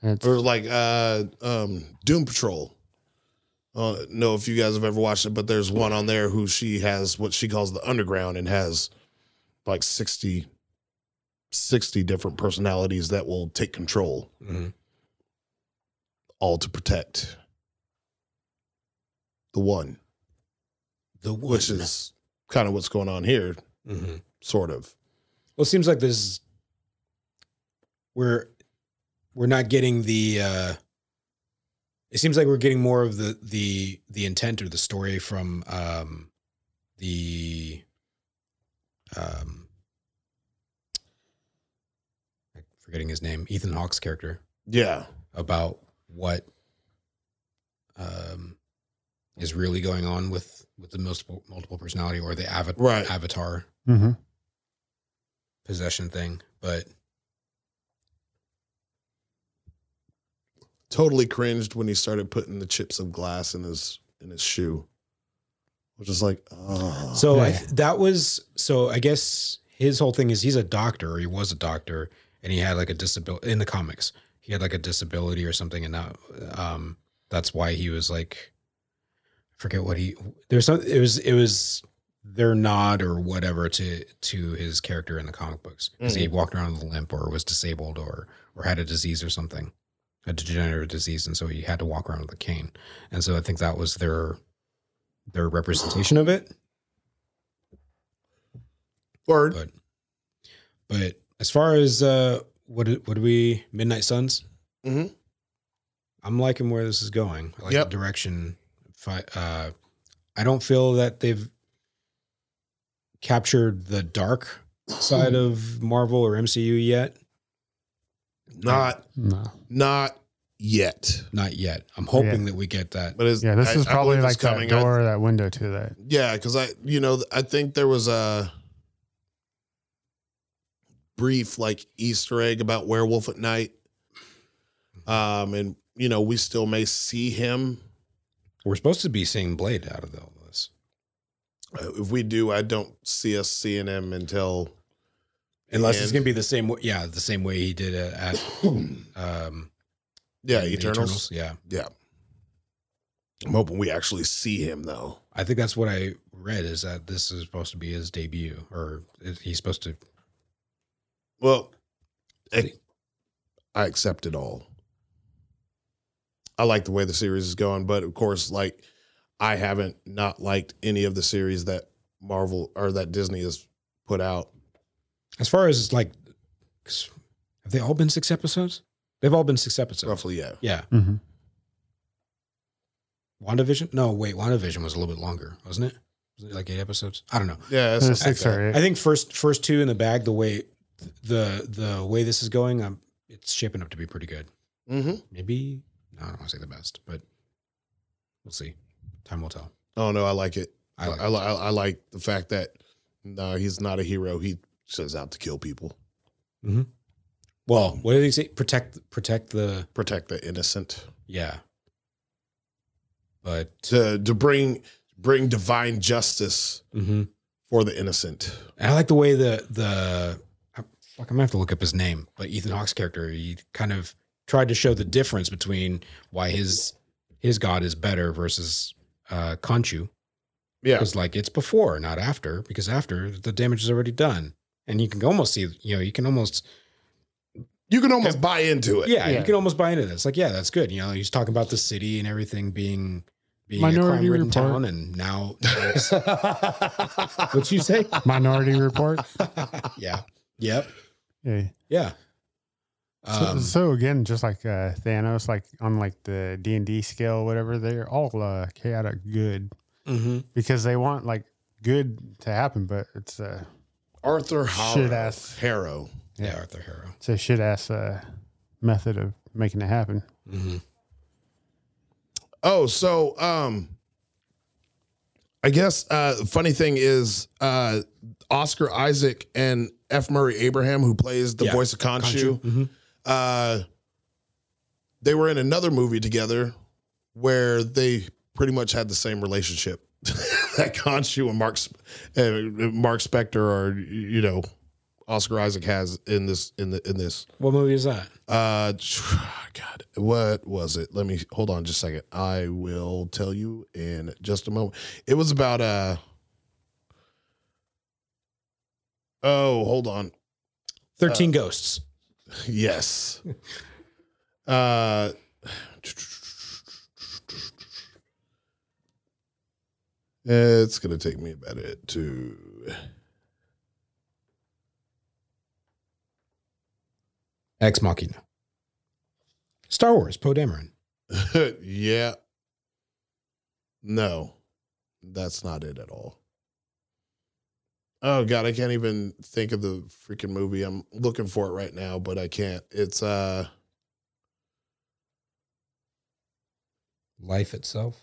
[SPEAKER 5] And it's,
[SPEAKER 4] or like uh um Doom Patrol. I don't know if you guys have ever watched it, but there's one on there who she has what she calls the underground and has like 60, 60 different personalities that will take control,
[SPEAKER 2] mhm.
[SPEAKER 4] all to protect the one,
[SPEAKER 2] the one.
[SPEAKER 4] which is kind of what's going on here,
[SPEAKER 2] Mhm.
[SPEAKER 4] sort of.
[SPEAKER 2] Well, it seems like this is we're we're not getting the uh it seems like we're getting more of the the the intent or the story from um the um I'm forgetting his name, Ethan Hawke's character
[SPEAKER 4] Yeah.
[SPEAKER 2] about what um
[SPEAKER 1] is really going on with with the multiple multiple personality or the ava-
[SPEAKER 4] Right.
[SPEAKER 1] avatar
[SPEAKER 5] Mm-hmm.
[SPEAKER 1] possession thing. But
[SPEAKER 4] Totally cringed when he started putting the chips of glass in his in his shoe, which is like, oh,
[SPEAKER 2] So I
[SPEAKER 5] Yeah.
[SPEAKER 2] th- that was so. I guess his whole thing is he's a doctor. Or he was a doctor, and he had like a disability in the comics. He had like a disability or something, and that um, that's why he was like, I forget what he. There's some. It was it was their nod or whatever to to his character in the comic books because he walked around with a limp or was disabled or or had a disease or something, a degenerative disease, and so he had to walk around with a cane. And so I think that was their their representation of it.
[SPEAKER 4] word.
[SPEAKER 1] but
[SPEAKER 2] But as far as uh, what do- what do we Midnight Suns?
[SPEAKER 4] Mhm.
[SPEAKER 2] I'm liking where this is going. I like
[SPEAKER 4] Yep.
[SPEAKER 2] the direction. Fi- Uh, I don't feel that they've captured the dark side of Marvel or MCU yet.
[SPEAKER 4] Not
[SPEAKER 5] No.
[SPEAKER 4] not yet,
[SPEAKER 2] Not yet. I'm hoping that we get that.
[SPEAKER 4] but it's,
[SPEAKER 5] Yeah, this
[SPEAKER 4] I-
[SPEAKER 5] is
[SPEAKER 4] I
[SPEAKER 5] probably
[SPEAKER 4] believe it's
[SPEAKER 5] like that
[SPEAKER 4] I-
[SPEAKER 5] door, that window to that.
[SPEAKER 4] Yeah, because I, you know, I think there was a brief like Easter egg about Werewolf at Night, um, and you know, we still may see him.
[SPEAKER 2] We're supposed to be seeing Blade out of all this,
[SPEAKER 4] Uh, If we do, I don't see us seeing him until
[SPEAKER 2] unless it's
[SPEAKER 4] And-
[SPEAKER 2] going to be the same. way Yeah, the same way he did it at um,
[SPEAKER 4] yeah,
[SPEAKER 2] the
[SPEAKER 4] Eternals.
[SPEAKER 2] Yeah,
[SPEAKER 4] Yeah, I'm hoping we actually see him though.
[SPEAKER 2] I think that's what I read is that this is supposed to be his debut, or is- he's supposed to.
[SPEAKER 4] Well, I, I accept it all. I like the way the series is going, but of course, like I haven't not liked any of the series that Marvel or that Disney has put out.
[SPEAKER 2] As far as like, 'cause have they all been six episodes? They've all been six episodes.
[SPEAKER 4] Roughly, yeah.
[SPEAKER 2] Yeah.
[SPEAKER 5] Mm-hmm.
[SPEAKER 2] WandaVision? No, wait. WandaVision was a little bit longer, wasn't it? Was it like eight episodes? I don't know.
[SPEAKER 4] Yeah, it's
[SPEAKER 5] There's six
[SPEAKER 4] like
[SPEAKER 5] or eight.
[SPEAKER 2] I think first first two in the bag. The way the the way this is going, um, it's shaping up to be pretty good.
[SPEAKER 4] that. Mhm.
[SPEAKER 2] Maybe I don't want to say the best, but we'll see. Time will tell.
[SPEAKER 4] Oh no, I like it.
[SPEAKER 2] I like
[SPEAKER 4] I, li- I, I like the fact that no, he's not a hero. He sets out to kill people,
[SPEAKER 2] Well, what did he say? Protect protect the
[SPEAKER 4] protect the innocent,
[SPEAKER 2] yeah. But
[SPEAKER 4] to to bring bring divine justice
[SPEAKER 2] mhm.
[SPEAKER 4] for the innocent.
[SPEAKER 2] And I like the way the the I- fuck. I'm gonna have to look up his name, but Ethan Hawke's character, he kind of tried to show the difference between why his his god is better versus uh Kanchu.
[SPEAKER 4] Yeah,
[SPEAKER 2] Because like it's before, not after, because after the damage is already done, and you can almost see, you know, you can almost
[SPEAKER 4] you can almost buy into it.
[SPEAKER 2] yeah,
[SPEAKER 5] Yeah.
[SPEAKER 2] you can almost buy into this. Like yeah, that's good. You know, he's talking about the city and everything being being
[SPEAKER 5] Minority
[SPEAKER 2] a crime-ridden
[SPEAKER 5] Report.
[SPEAKER 2] town, and now it's- what you say?
[SPEAKER 5] Minority Report.
[SPEAKER 2] Yeah, yep,
[SPEAKER 5] Yeah.
[SPEAKER 2] yeah.
[SPEAKER 5] So,
[SPEAKER 2] Um,
[SPEAKER 5] so again, just like uh, Thanos, like on like the D and D scale, whatever, they're all uh, chaotic good
[SPEAKER 2] mhm.
[SPEAKER 5] because they want like good to happen, but it's a
[SPEAKER 4] Arthur Harrow.
[SPEAKER 5] ass.
[SPEAKER 4] Harrow.
[SPEAKER 2] Yeah,
[SPEAKER 5] Yeah.
[SPEAKER 2] Arthur Harrow.
[SPEAKER 5] it's a shit ass uh, method of making it happen.
[SPEAKER 4] Oh, so um I guess uh funny thing is uh Oscar Isaac and F. Murray Abraham, who plays the
[SPEAKER 2] Yeah,
[SPEAKER 4] voice of Khonshu,
[SPEAKER 2] Mm-hmm.
[SPEAKER 4] uh they were in another movie together where they pretty much had the same relationship that Khonshu and Mark Sp- uh, Mark Spector or you know Oscar Isaac has in this in the in this
[SPEAKER 2] What movie is that?
[SPEAKER 4] Uh, God, what was it? Let me hold on just a second. I will tell you in just a moment. It was about uh. Oh, hold on.
[SPEAKER 2] Thirteen Ghosts.
[SPEAKER 4] Yes. uh. It's gonna take me about it to
[SPEAKER 2] Ex Machina. Star Wars. Poe Dameron.
[SPEAKER 4] yeah. No, that's not it at all. Oh god, I can't even think of the freaking movie. I'm looking for it right now, but I can't. It's uh
[SPEAKER 2] Life itself.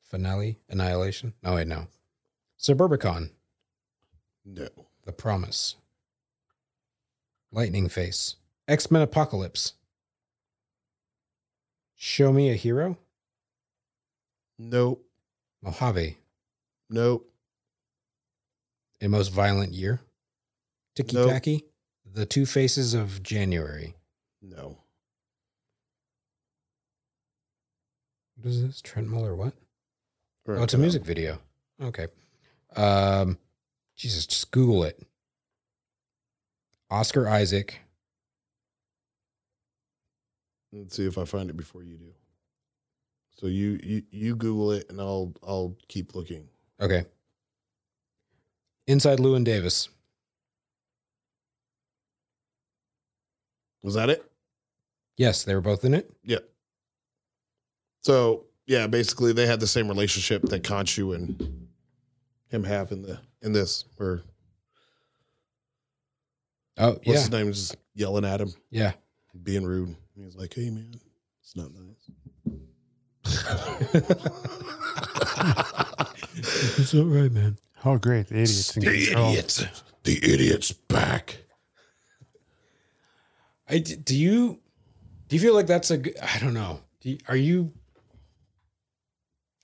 [SPEAKER 2] Finale, Annihilation. No, wait, no. Suburbicon,
[SPEAKER 4] No.
[SPEAKER 2] The Promise, Lightning Face, X Men Apocalypse. Show Me a Hero,
[SPEAKER 4] Nope.
[SPEAKER 2] Mojave,
[SPEAKER 4] Nope.
[SPEAKER 2] A Most Violent Year, Tiki
[SPEAKER 4] Nope.
[SPEAKER 2] Taki, The Two Faces of January.
[SPEAKER 4] No.
[SPEAKER 2] What is this? Trent Muller, what?
[SPEAKER 4] Or uh,
[SPEAKER 2] Oh, it's a
[SPEAKER 4] no.
[SPEAKER 2] music video. Okay. Um, Jesus, just Google it. Oscar Isaac,
[SPEAKER 4] Let's see if I find it before you do. So you you, you Google it, and I'll I'll keep looking.
[SPEAKER 2] Okay. Inside Lewin Davis.
[SPEAKER 4] Was that it?
[SPEAKER 2] Yes, they were both in it.
[SPEAKER 4] So yeah, basically they had the same relationship that Conchu and him have in the in this, where
[SPEAKER 2] Oh,
[SPEAKER 4] what's
[SPEAKER 2] yeah.
[SPEAKER 4] his name is yelling at him,
[SPEAKER 2] Yeah.
[SPEAKER 4] being rude. And he's like, "Hey man, it's not nice."
[SPEAKER 2] It's all right, man.
[SPEAKER 5] Oh, great. The idiot's in control.
[SPEAKER 4] the idiot's back.
[SPEAKER 2] I d- do you do you feel like that's a g- I don't know. Do you, are you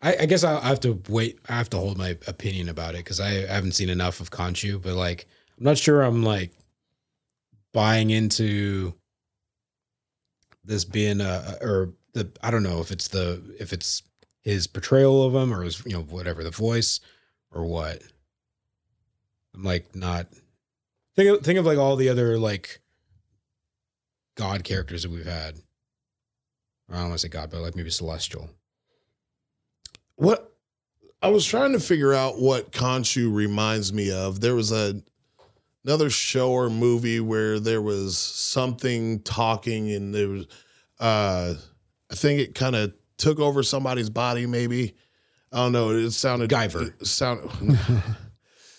[SPEAKER 2] I, I guess I, I have to wait. I have to hold my opinion about it because I haven't seen enough of Conchu, but like I'm not sure I'm like buying into this being a or the I don't know if it's the if it's his portrayal of him or his you know whatever the voice or what. I'm like not think of, think of like all the other like god characters that we've had. Or I don't want to say god, but like maybe celestial.
[SPEAKER 4] What I was trying to figure out what Conchu reminds me of. There was a another show or movie where there was something talking and there was uh I think it kind of took over somebody's body maybe. I don't know. It sounded
[SPEAKER 2] Guyver.
[SPEAKER 4] It sound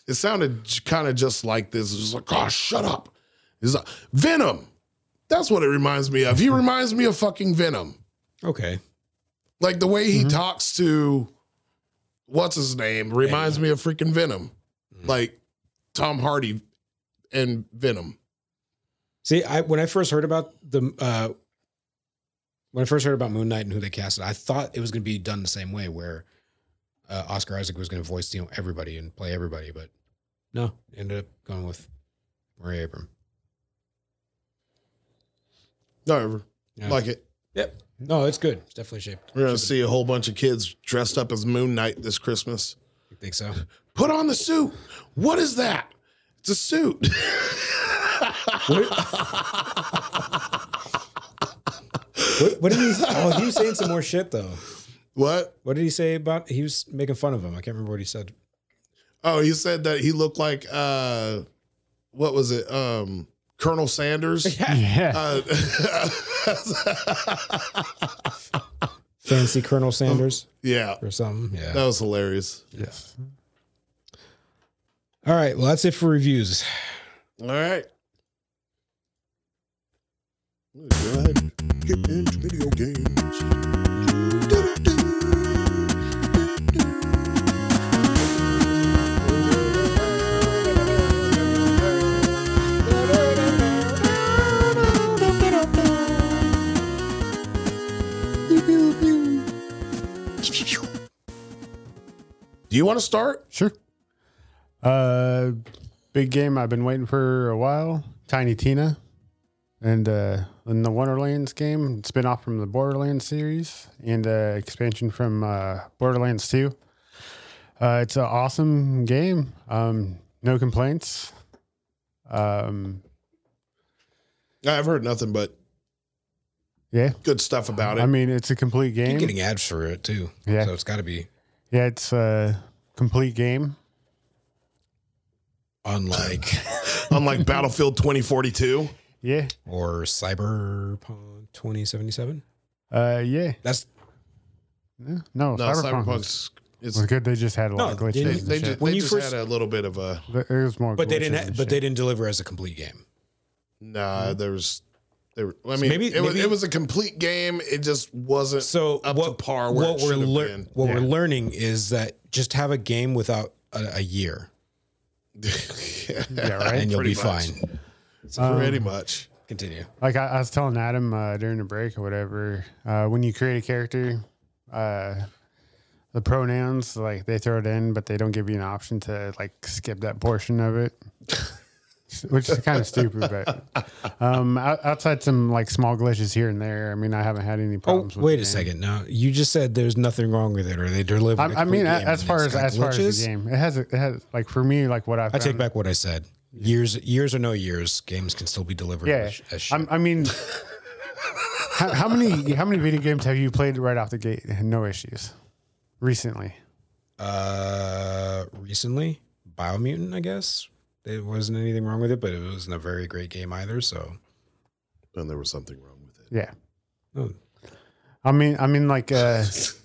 [SPEAKER 4] It sounded kind of just like this. It was like, oh, shut up. It's like, Venom. That's what it reminds me of. He reminds me of fucking Venom
[SPEAKER 2] Okay.
[SPEAKER 4] like the way he talks to what's his name reminds me of freaking Venom, like Tom Hardy and Venom.
[SPEAKER 2] See, I when I first heard about the uh when I first heard about Moon Knight and who they casted, I thought it was going to be done the same way, where uh, Oscar Isaac was going to voice you know everybody and play everybody, but no, ended up going with Murray Abram.
[SPEAKER 4] However,
[SPEAKER 2] Yeah.
[SPEAKER 4] like it.
[SPEAKER 2] Yep. No, it's good. It's definitely shaped.
[SPEAKER 4] We're gonna see a whole bunch of kids dressed up as Moon Knight this Christmas.
[SPEAKER 2] You think so?
[SPEAKER 4] Put on the suit. What is that? It's a suit.
[SPEAKER 2] What, what did he? Oh, he was saying some more shit though.
[SPEAKER 4] what?
[SPEAKER 2] What did he say about? He was making fun of him. I can't remember what he said.
[SPEAKER 4] Oh, he said that he looked like uh, what was it? Um, Colonel Sanders.
[SPEAKER 5] Yeah.
[SPEAKER 4] Uh,
[SPEAKER 2] Fancy Colonel Sanders
[SPEAKER 4] yeah,
[SPEAKER 2] or something. Yeah.
[SPEAKER 4] that was hilarious.
[SPEAKER 5] yes.
[SPEAKER 2] All right. Well, that's it for reviews.
[SPEAKER 4] All right. Go ahead. Get into video games. Do you want to start?
[SPEAKER 5] Sure. Uh, big game I've been waiting for a while. Tiny Tina, and uh, in the Wonderlands game, spin off from the Borderlands series and uh, expansion from uh, Borderlands Two. Uh, it's an awesome game. Um, no complaints. Um,
[SPEAKER 4] I've heard nothing but
[SPEAKER 5] yeah.
[SPEAKER 4] good stuff about it.
[SPEAKER 5] I mean, it's a complete
[SPEAKER 2] Keep
[SPEAKER 5] game.
[SPEAKER 2] getting ads for it too.
[SPEAKER 5] Yeah.
[SPEAKER 2] So it's got to be
[SPEAKER 5] Yeah, it's a complete game.
[SPEAKER 2] unlike
[SPEAKER 4] unlike Battlefield 2042.
[SPEAKER 5] Yeah.
[SPEAKER 2] or Cyberpunk 2077.
[SPEAKER 5] Uh, yeah.
[SPEAKER 2] That's
[SPEAKER 5] No, no,
[SPEAKER 4] No,
[SPEAKER 5] Oh, Cyberpunk was,
[SPEAKER 4] Cyberpunk's it's
[SPEAKER 5] was good. They just had a lot of
[SPEAKER 2] No,
[SPEAKER 5] glitches.
[SPEAKER 2] they-
[SPEAKER 4] they,
[SPEAKER 5] and
[SPEAKER 4] they,
[SPEAKER 5] shit.
[SPEAKER 4] ju-
[SPEAKER 2] When
[SPEAKER 4] they
[SPEAKER 2] you
[SPEAKER 4] just
[SPEAKER 2] first-
[SPEAKER 4] had a little bit of a
[SPEAKER 5] But it was more.
[SPEAKER 2] but they didn't.
[SPEAKER 5] glitches
[SPEAKER 2] ha-
[SPEAKER 5] and
[SPEAKER 2] but they
[SPEAKER 5] shit. Hmm.
[SPEAKER 2] didn't deliver as a complete game.
[SPEAKER 4] nah. There was They were, I mean,
[SPEAKER 2] maybe-
[SPEAKER 4] it, was,
[SPEAKER 2] maybe-
[SPEAKER 4] it was a complete game. It just wasn't
[SPEAKER 2] so
[SPEAKER 4] up
[SPEAKER 2] what,
[SPEAKER 4] to par where
[SPEAKER 2] what
[SPEAKER 4] it
[SPEAKER 2] we're
[SPEAKER 4] should have
[SPEAKER 2] lear-
[SPEAKER 4] been.
[SPEAKER 2] what we're
[SPEAKER 5] Yeah.
[SPEAKER 2] learning is that just have a game without a, a year
[SPEAKER 5] Yeah, right.
[SPEAKER 2] and you'll
[SPEAKER 4] Pretty
[SPEAKER 2] be
[SPEAKER 4] much.
[SPEAKER 2] fine. Um,
[SPEAKER 4] pretty much.
[SPEAKER 2] Continue.
[SPEAKER 5] Like I, I was telling Adam uh, during the break or whatever, uh, when you create a character, uh, the pronouns like they throw it in, but they don't give you an option to like skip that portion of it, which is kind of stupid. But um, o- outside some like small glitches here and there, I mean, I haven't had any
[SPEAKER 2] Oh,
[SPEAKER 5] problems. with
[SPEAKER 2] wait
[SPEAKER 5] the
[SPEAKER 2] a
[SPEAKER 5] game.
[SPEAKER 2] second. Now you just said there's nothing wrong with it, or they delivered.
[SPEAKER 5] I,
[SPEAKER 2] a
[SPEAKER 5] I mean,
[SPEAKER 2] complete
[SPEAKER 5] a-
[SPEAKER 2] game
[SPEAKER 5] as
[SPEAKER 2] and
[SPEAKER 5] far
[SPEAKER 2] it's
[SPEAKER 5] as
[SPEAKER 2] got
[SPEAKER 5] as far as
[SPEAKER 2] glitches?
[SPEAKER 5] the game, it has it has like for me like what I've
[SPEAKER 2] I take
[SPEAKER 5] found-
[SPEAKER 2] back what I said. Years, years or no years, games can still be delivered.
[SPEAKER 5] Yeah,
[SPEAKER 2] as, as shit.
[SPEAKER 5] I'm, I mean, how, how many how many video games have you played right off the gate and no issues recently?
[SPEAKER 2] uh, recently, Biomutant, I guess. There wasn't anything wrong with it, but it wasn't a very great game either. So
[SPEAKER 4] And there was something wrong with it.
[SPEAKER 5] Yeah,
[SPEAKER 2] Oh.
[SPEAKER 5] I mean, I mean, like, uh,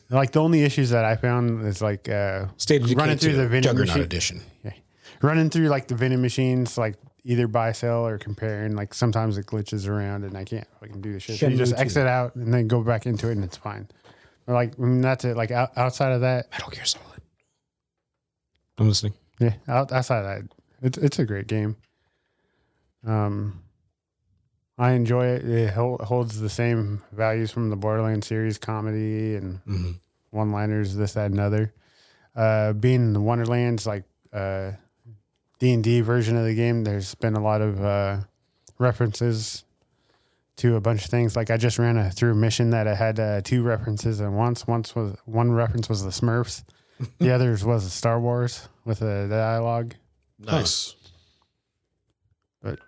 [SPEAKER 5] like the only issues that I found is like uh,
[SPEAKER 2] State of
[SPEAKER 5] Running
[SPEAKER 2] Decay
[SPEAKER 5] through
[SPEAKER 2] 2,
[SPEAKER 5] the vending
[SPEAKER 2] Juggernaut
[SPEAKER 5] machine.
[SPEAKER 2] Edition.
[SPEAKER 5] running through like the vending machines, like either buy, sell, or comparing. Like sometimes it glitches around and I can't fucking do the shit. So you just
[SPEAKER 2] Shenmue two.
[SPEAKER 5] exit out and then go back into it and it's fine. But, like I mean, that's it. Like out, outside of that,
[SPEAKER 2] Metal Gear Solid. I'm listening.
[SPEAKER 5] Yeah, out- outside of that, it's it's a great game. Um, I enjoy it. It hol- holds the same values from the Borderlands series, comedy and
[SPEAKER 2] hmm
[SPEAKER 5] one-liners, this, that, and other. Uh, being in the Wonderlands, like uh, D and D version of the game, there's been a lot of uh, references to a bunch of things. Like I just ran a, through a mission that I had uh, two references at once. Once was one reference was the Smurfs, the others was Star Wars with a dialogue.
[SPEAKER 4] Nice.
[SPEAKER 5] But-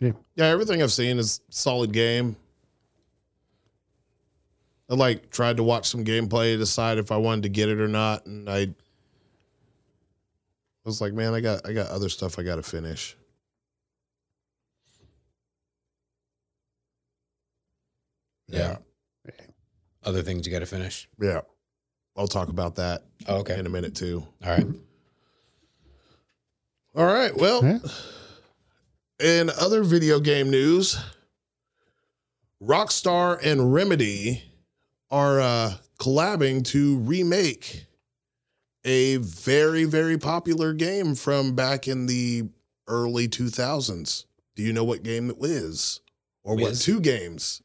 [SPEAKER 5] Yeah.
[SPEAKER 4] Yeah, everything I've seen is solid game. I like tried to watch some gameplay to decide if I wanted to get it or not, and I was like, man, I got I got other stuff I gotta finish.
[SPEAKER 2] Yeah. Other things you got to finish.
[SPEAKER 4] Yeah. I'll talk about that
[SPEAKER 2] Oh, okay.
[SPEAKER 4] in a minute too.
[SPEAKER 2] All right.
[SPEAKER 4] All right. Well,
[SPEAKER 5] Yeah.
[SPEAKER 4] in other video game news, Rockstar and Remedy are uh, collabing to remake a very, very popular game from back in the early 2000s. Do you know what game it is? Or what
[SPEAKER 2] Wiz?
[SPEAKER 4] two games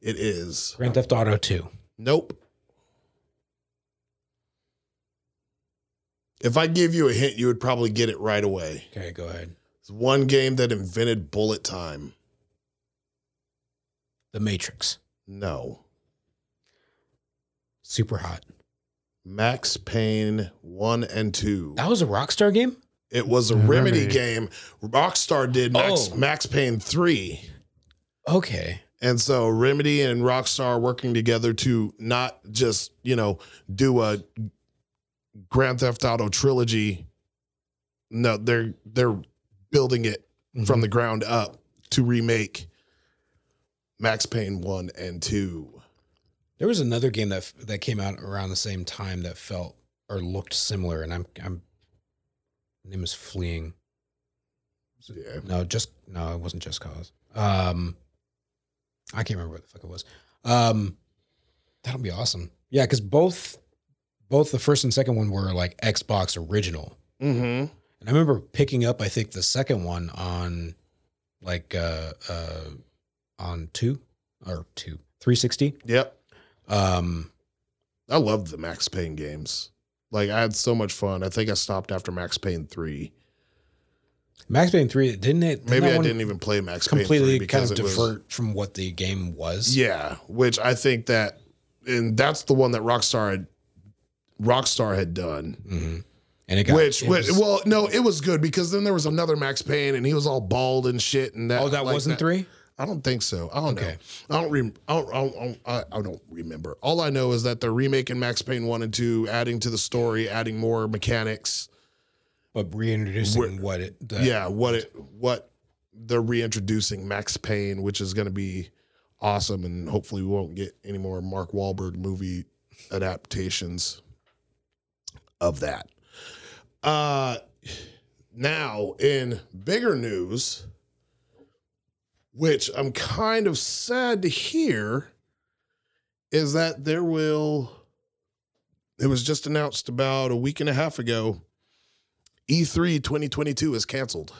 [SPEAKER 4] it is?
[SPEAKER 2] Grand Theft Auto 2.
[SPEAKER 4] Nope. If I give you a hint, you would probably get it right away.
[SPEAKER 2] Okay, go ahead.
[SPEAKER 4] It's one game that invented bullet time.
[SPEAKER 2] The Matrix.
[SPEAKER 4] No.
[SPEAKER 2] Super hot.
[SPEAKER 4] Max Payne 1 and 2.
[SPEAKER 2] That was a Rockstar game?
[SPEAKER 4] It was a
[SPEAKER 5] Yeah,
[SPEAKER 4] Remedy,
[SPEAKER 5] Remedy.
[SPEAKER 4] game. Rockstar did Max,
[SPEAKER 2] Oh.
[SPEAKER 4] Max Payne 3.
[SPEAKER 2] Okay.
[SPEAKER 4] And so Remedy and Rockstar are working together to not just, you know, do a Grand Theft Auto trilogy. No, they're they're building it
[SPEAKER 2] Mm-hmm.
[SPEAKER 4] from the ground up to remake Max Payne 1 and 2.
[SPEAKER 2] There was another game that that came out around the same time that felt or looked similar, and I'm I'm name is fleeing.
[SPEAKER 4] Yeah.
[SPEAKER 2] No, just no, it wasn't just cause. Um, I can't remember what the fuck it was. Um, that'll be awesome. Yeah, because both both the first and second one were like Xbox original,
[SPEAKER 4] Mhm.
[SPEAKER 2] and I remember picking up I think the second one on like uh uh on two or two 360
[SPEAKER 4] Yep.
[SPEAKER 2] um
[SPEAKER 4] I love the Max Payne games. Like I had so much fun. I think I stopped after Max Payne three.
[SPEAKER 2] Max Payne three didn't it? didn't
[SPEAKER 4] Maybe
[SPEAKER 2] that
[SPEAKER 4] I
[SPEAKER 2] one
[SPEAKER 4] didn't even play Max Payne
[SPEAKER 2] completely
[SPEAKER 4] 3
[SPEAKER 2] kind
[SPEAKER 4] because
[SPEAKER 2] of
[SPEAKER 4] it was-
[SPEAKER 2] divert from what the game was.
[SPEAKER 4] yeah, which I think that, and that's the one that Rockstar had, Rockstar had done.
[SPEAKER 2] Mhm. and it got
[SPEAKER 4] which,
[SPEAKER 2] it
[SPEAKER 4] which
[SPEAKER 2] was-
[SPEAKER 4] well, no, it was good because then there was another Max Payne and he was all bald and shit. And that
[SPEAKER 2] oh, that
[SPEAKER 4] like
[SPEAKER 2] wasn't three.
[SPEAKER 4] I don't think so. I don't
[SPEAKER 2] Okay.
[SPEAKER 4] know. I don't, rem- I don't, I don't, I I don't remember. All I know is that they're remaking Max Payne one and two, adding to the story, adding more mechanics.
[SPEAKER 2] but reintroducing
[SPEAKER 4] We're-
[SPEAKER 2] what it. The,
[SPEAKER 4] yeah what it what they're reintroducing Max Payne, which is going to be awesome, and hopefully we won't get any more Mark Wahlberg movie adaptations of that. Uh, now in bigger news, which I'm kind of sad to hear, is that there will. It was just announced about a week and a half ago. E E3 2022 is canceled.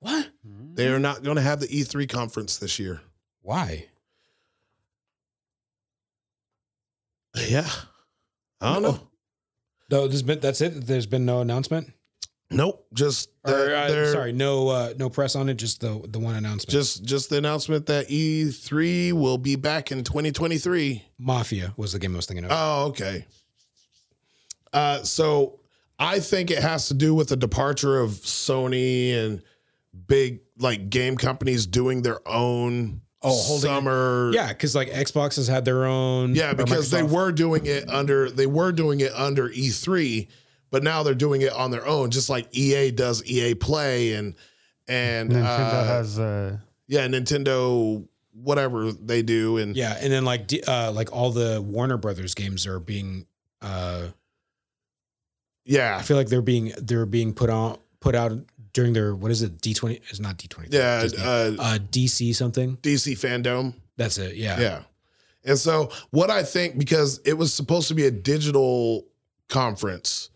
[SPEAKER 2] What?
[SPEAKER 4] They are not going to have the E3 conference this year.
[SPEAKER 2] Why?
[SPEAKER 4] Yeah. Oh, I don't know.
[SPEAKER 2] No, there's been that's it. There's been no announcement.
[SPEAKER 4] Nope. Just
[SPEAKER 2] Or,
[SPEAKER 4] that
[SPEAKER 2] uh,
[SPEAKER 4] they're-
[SPEAKER 2] sorry, no uh, no press on it. Just the the one announcement.
[SPEAKER 4] Just just the announcement that E3 will be back in 2023.
[SPEAKER 2] Mafia was the game I was thinking of.
[SPEAKER 4] Oh, okay. Uh, so I think it has to do with the departure of Sony and big like game companies doing their own
[SPEAKER 2] Oh, holding it-
[SPEAKER 4] summer.
[SPEAKER 2] yeah, because like Xbox has had their own.
[SPEAKER 4] Yeah,
[SPEAKER 2] Mm-hmm. or
[SPEAKER 4] because they
[SPEAKER 2] Microsoft.
[SPEAKER 4] were doing it under they were doing it under E3, but now they're doing it on their own, just like EA does EA Play and and
[SPEAKER 5] Nintendo
[SPEAKER 4] uh,
[SPEAKER 5] has uh,
[SPEAKER 4] yeah Nintendo whatever they do and
[SPEAKER 2] Yeah, and then like D- uh, like all the Warner Brothers games are being. Uh, I
[SPEAKER 4] yeah
[SPEAKER 2] feel like they're being they're being put on put out during their what is it D twenty? It's not D twenty.
[SPEAKER 4] yeah uh,
[SPEAKER 2] uh, DC something.
[SPEAKER 4] DC fandom
[SPEAKER 2] That's it. Yeah.
[SPEAKER 4] yeah and so what I think because it was supposed to be a digital conference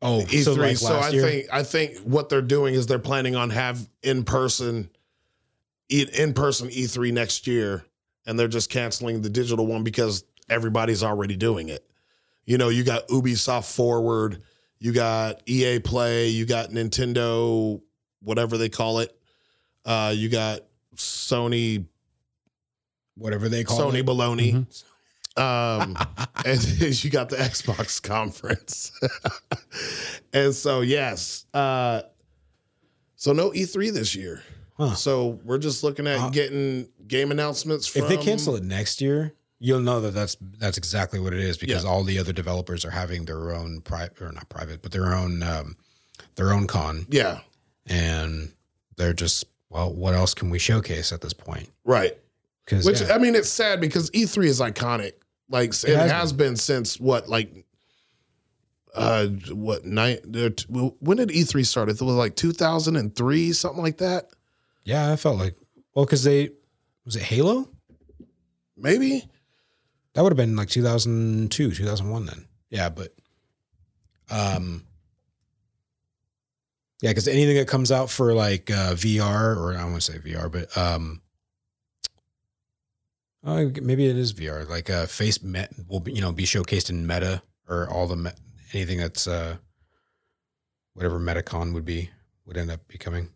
[SPEAKER 2] Oh,
[SPEAKER 4] E3 E so,
[SPEAKER 2] so like last
[SPEAKER 4] I
[SPEAKER 2] year.
[SPEAKER 4] think I think what they're doing is they're planning on have E, in person in person E3 next year and they're just canceling the digital one because everybody's already doing it you know, you got Ubisoft Forward, you got EA Play, you got Nintendo, whatever they call it. Uh, you got Sony,
[SPEAKER 2] whatever they call
[SPEAKER 4] Sony
[SPEAKER 2] it. Mm-hmm.
[SPEAKER 4] Baloney. Um, and then you got the Xbox conference. and so, yes. Uh, so no E3 this year.
[SPEAKER 2] Huh.
[SPEAKER 4] So we're just looking at
[SPEAKER 2] Uh,
[SPEAKER 4] getting game announcements from
[SPEAKER 2] If they cancel it next year, you'll know that that's that's exactly what it is because all the other developers are having their own private or not private, but their own um, their own con,
[SPEAKER 4] Yeah,
[SPEAKER 2] and they're just well, what else can we showcase at this point?
[SPEAKER 4] right.
[SPEAKER 2] Because
[SPEAKER 4] Which I mean, it's sad because E3 is iconic. Like it,
[SPEAKER 2] has
[SPEAKER 4] has, been. since what like uh what night when did E3 start? It was like 2003, something like that.
[SPEAKER 2] yeah, I felt like well, because they was it Halo
[SPEAKER 4] Maybe.
[SPEAKER 2] that would have been like 2002, 2001 then. Yeah, but um yeah, cuz anything that comes out for like uh VR or I want to say VR, but um uh, maybe it is VR. Like uh face met will be, you know, be showcased in Meta or all the me- anything that's uh whatever Metacon would be would end up becoming.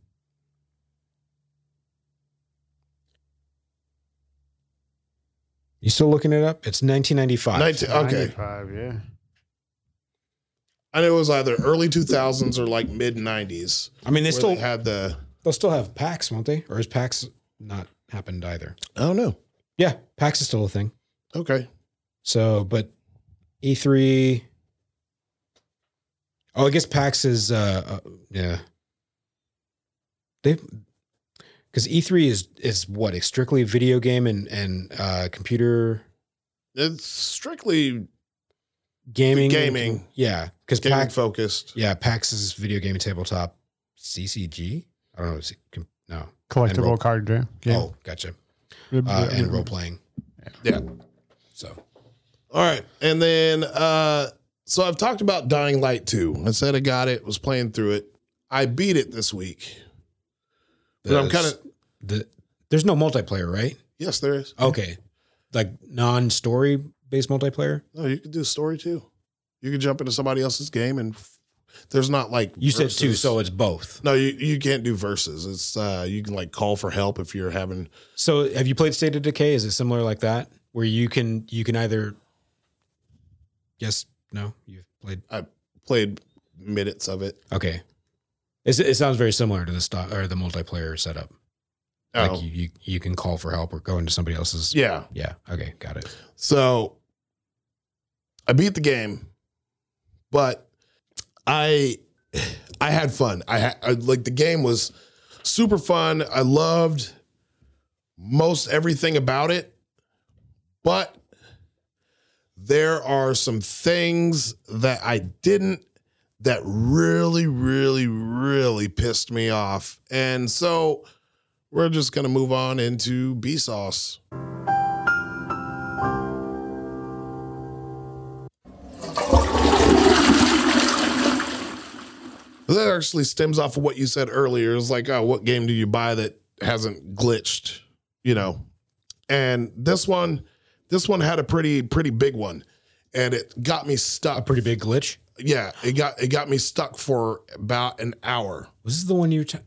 [SPEAKER 2] You still looking it up? It's 1995.
[SPEAKER 4] 19, okay.
[SPEAKER 5] 95, yeah.
[SPEAKER 4] I know it was either early 2000s or like mid 90s.
[SPEAKER 2] I mean, they
[SPEAKER 4] where
[SPEAKER 2] still
[SPEAKER 4] had the
[SPEAKER 2] They'll still have PAX, won't they? Or is PAX not happened either?
[SPEAKER 4] I don't know.
[SPEAKER 2] Yeah, PAX is still a thing.
[SPEAKER 4] Okay.
[SPEAKER 2] So, but E3. Oh, I guess PAX is, uh, uh yeah. They've, because E3 E is, is what, strictly video game and, and, uh, computer
[SPEAKER 4] It's strictly
[SPEAKER 2] gaming?
[SPEAKER 4] Gaming.
[SPEAKER 2] Yeah. Because
[SPEAKER 4] gaming
[SPEAKER 2] PAX,
[SPEAKER 4] focused.
[SPEAKER 2] yeah, PAX is video game and tabletop CCG. I don't know. Is it com- No.
[SPEAKER 5] Collectible
[SPEAKER 2] roll-
[SPEAKER 5] card game. Yeah.
[SPEAKER 2] Oh, gotcha. Uh, and role playing.
[SPEAKER 4] Yeah.
[SPEAKER 2] So.
[SPEAKER 4] All right. And then uh so I've talked about Dying Light 2. I said I got it, was playing through it. I beat it this week. But I'm
[SPEAKER 2] There's- the there's no multiplayer, right?
[SPEAKER 4] Yes, there is.
[SPEAKER 2] Okay. Like non-story based multiplayer?
[SPEAKER 4] No, you could do story too. You could jump into somebody else's game and f- there's not like
[SPEAKER 2] You said two,
[SPEAKER 4] verses.
[SPEAKER 2] so it's both.
[SPEAKER 4] no, you, you can't do verses. It's uh you can like call for help if you're having
[SPEAKER 2] So have you played State of Decay? Is it similar like that? Where you can you can either Yes, no, you've played
[SPEAKER 4] played minutes of it.
[SPEAKER 2] Okay. It's, it sounds very similar to the sto- or the multiplayer setup.
[SPEAKER 4] Oh,
[SPEAKER 2] Like you, you you can call for help or go into somebody else's
[SPEAKER 4] yeah.
[SPEAKER 2] yeah, okay, got it.
[SPEAKER 4] So I beat the game, but I I had fun. I, ha- I like the game was super fun. I loved most everything about it, but there are some things that I didn't that really really really pissed me off. And so we're just gonna move on into B sauce. That actually stems off of what you said earlier. It's like, oh, what game do you buy that hasn't glitched? You know, and this one, this one had a pretty pretty big one, and it got me
[SPEAKER 2] A
[SPEAKER 4] stuck.
[SPEAKER 2] pretty big glitch.
[SPEAKER 4] Yeah, it got it got me stuck for about an hour.
[SPEAKER 2] Was this the one you were ta-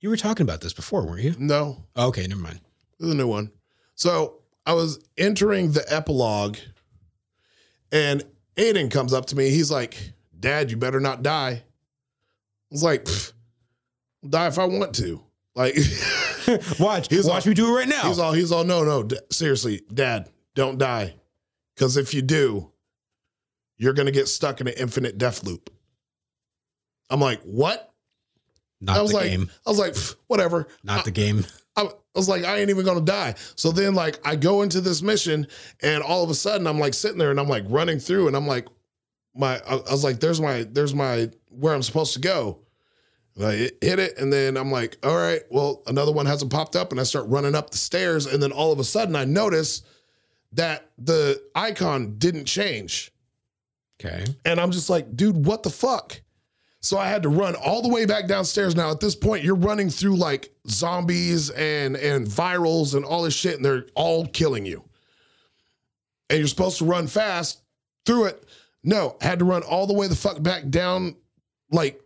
[SPEAKER 2] you were talking about this before, weren't you?
[SPEAKER 4] No,
[SPEAKER 2] Okay, never mind.
[SPEAKER 4] This is a new one. So I was entering the epilogue, and Aiden comes up to me. He's like, "Dad, you better not die." I was like, "Pfft, "I'll "Die if I want to." Like
[SPEAKER 2] watch,
[SPEAKER 4] He's
[SPEAKER 2] watch
[SPEAKER 4] all-
[SPEAKER 2] me do it right now.
[SPEAKER 4] he's all, he's all, "No, no, d- seriously, Dad, don't die, because if you do, you're gonna get stuck in an infinite death loop." I'm like, "What?"
[SPEAKER 2] Not
[SPEAKER 4] I was
[SPEAKER 2] the
[SPEAKER 4] like, "Uh,
[SPEAKER 2] game.
[SPEAKER 4] I was like, "Pfft, "Whatever."
[SPEAKER 2] Not the game.
[SPEAKER 4] I was like, I ain't even gonna die. So then, like, I go into this mission, and all of a sudden, I'm like sitting there, and I'm like running through, and I'm like, my, I I was like, there's my, there's my, where I'm supposed to go. And I hit hit it, and then I'm like, all right, well, another one hasn't popped up, and I start running up the stairs, and then all of a sudden, I notice that the icon didn't change.
[SPEAKER 2] Okay.
[SPEAKER 4] And I'm just like, dude, what the fuck? So I had to run all the way back downstairs. Now at this point, you're running through like zombies and and virals and all this shit, and they're all killing you. And you're supposed to run fast through it. No, I had to run all the way the fuck back down like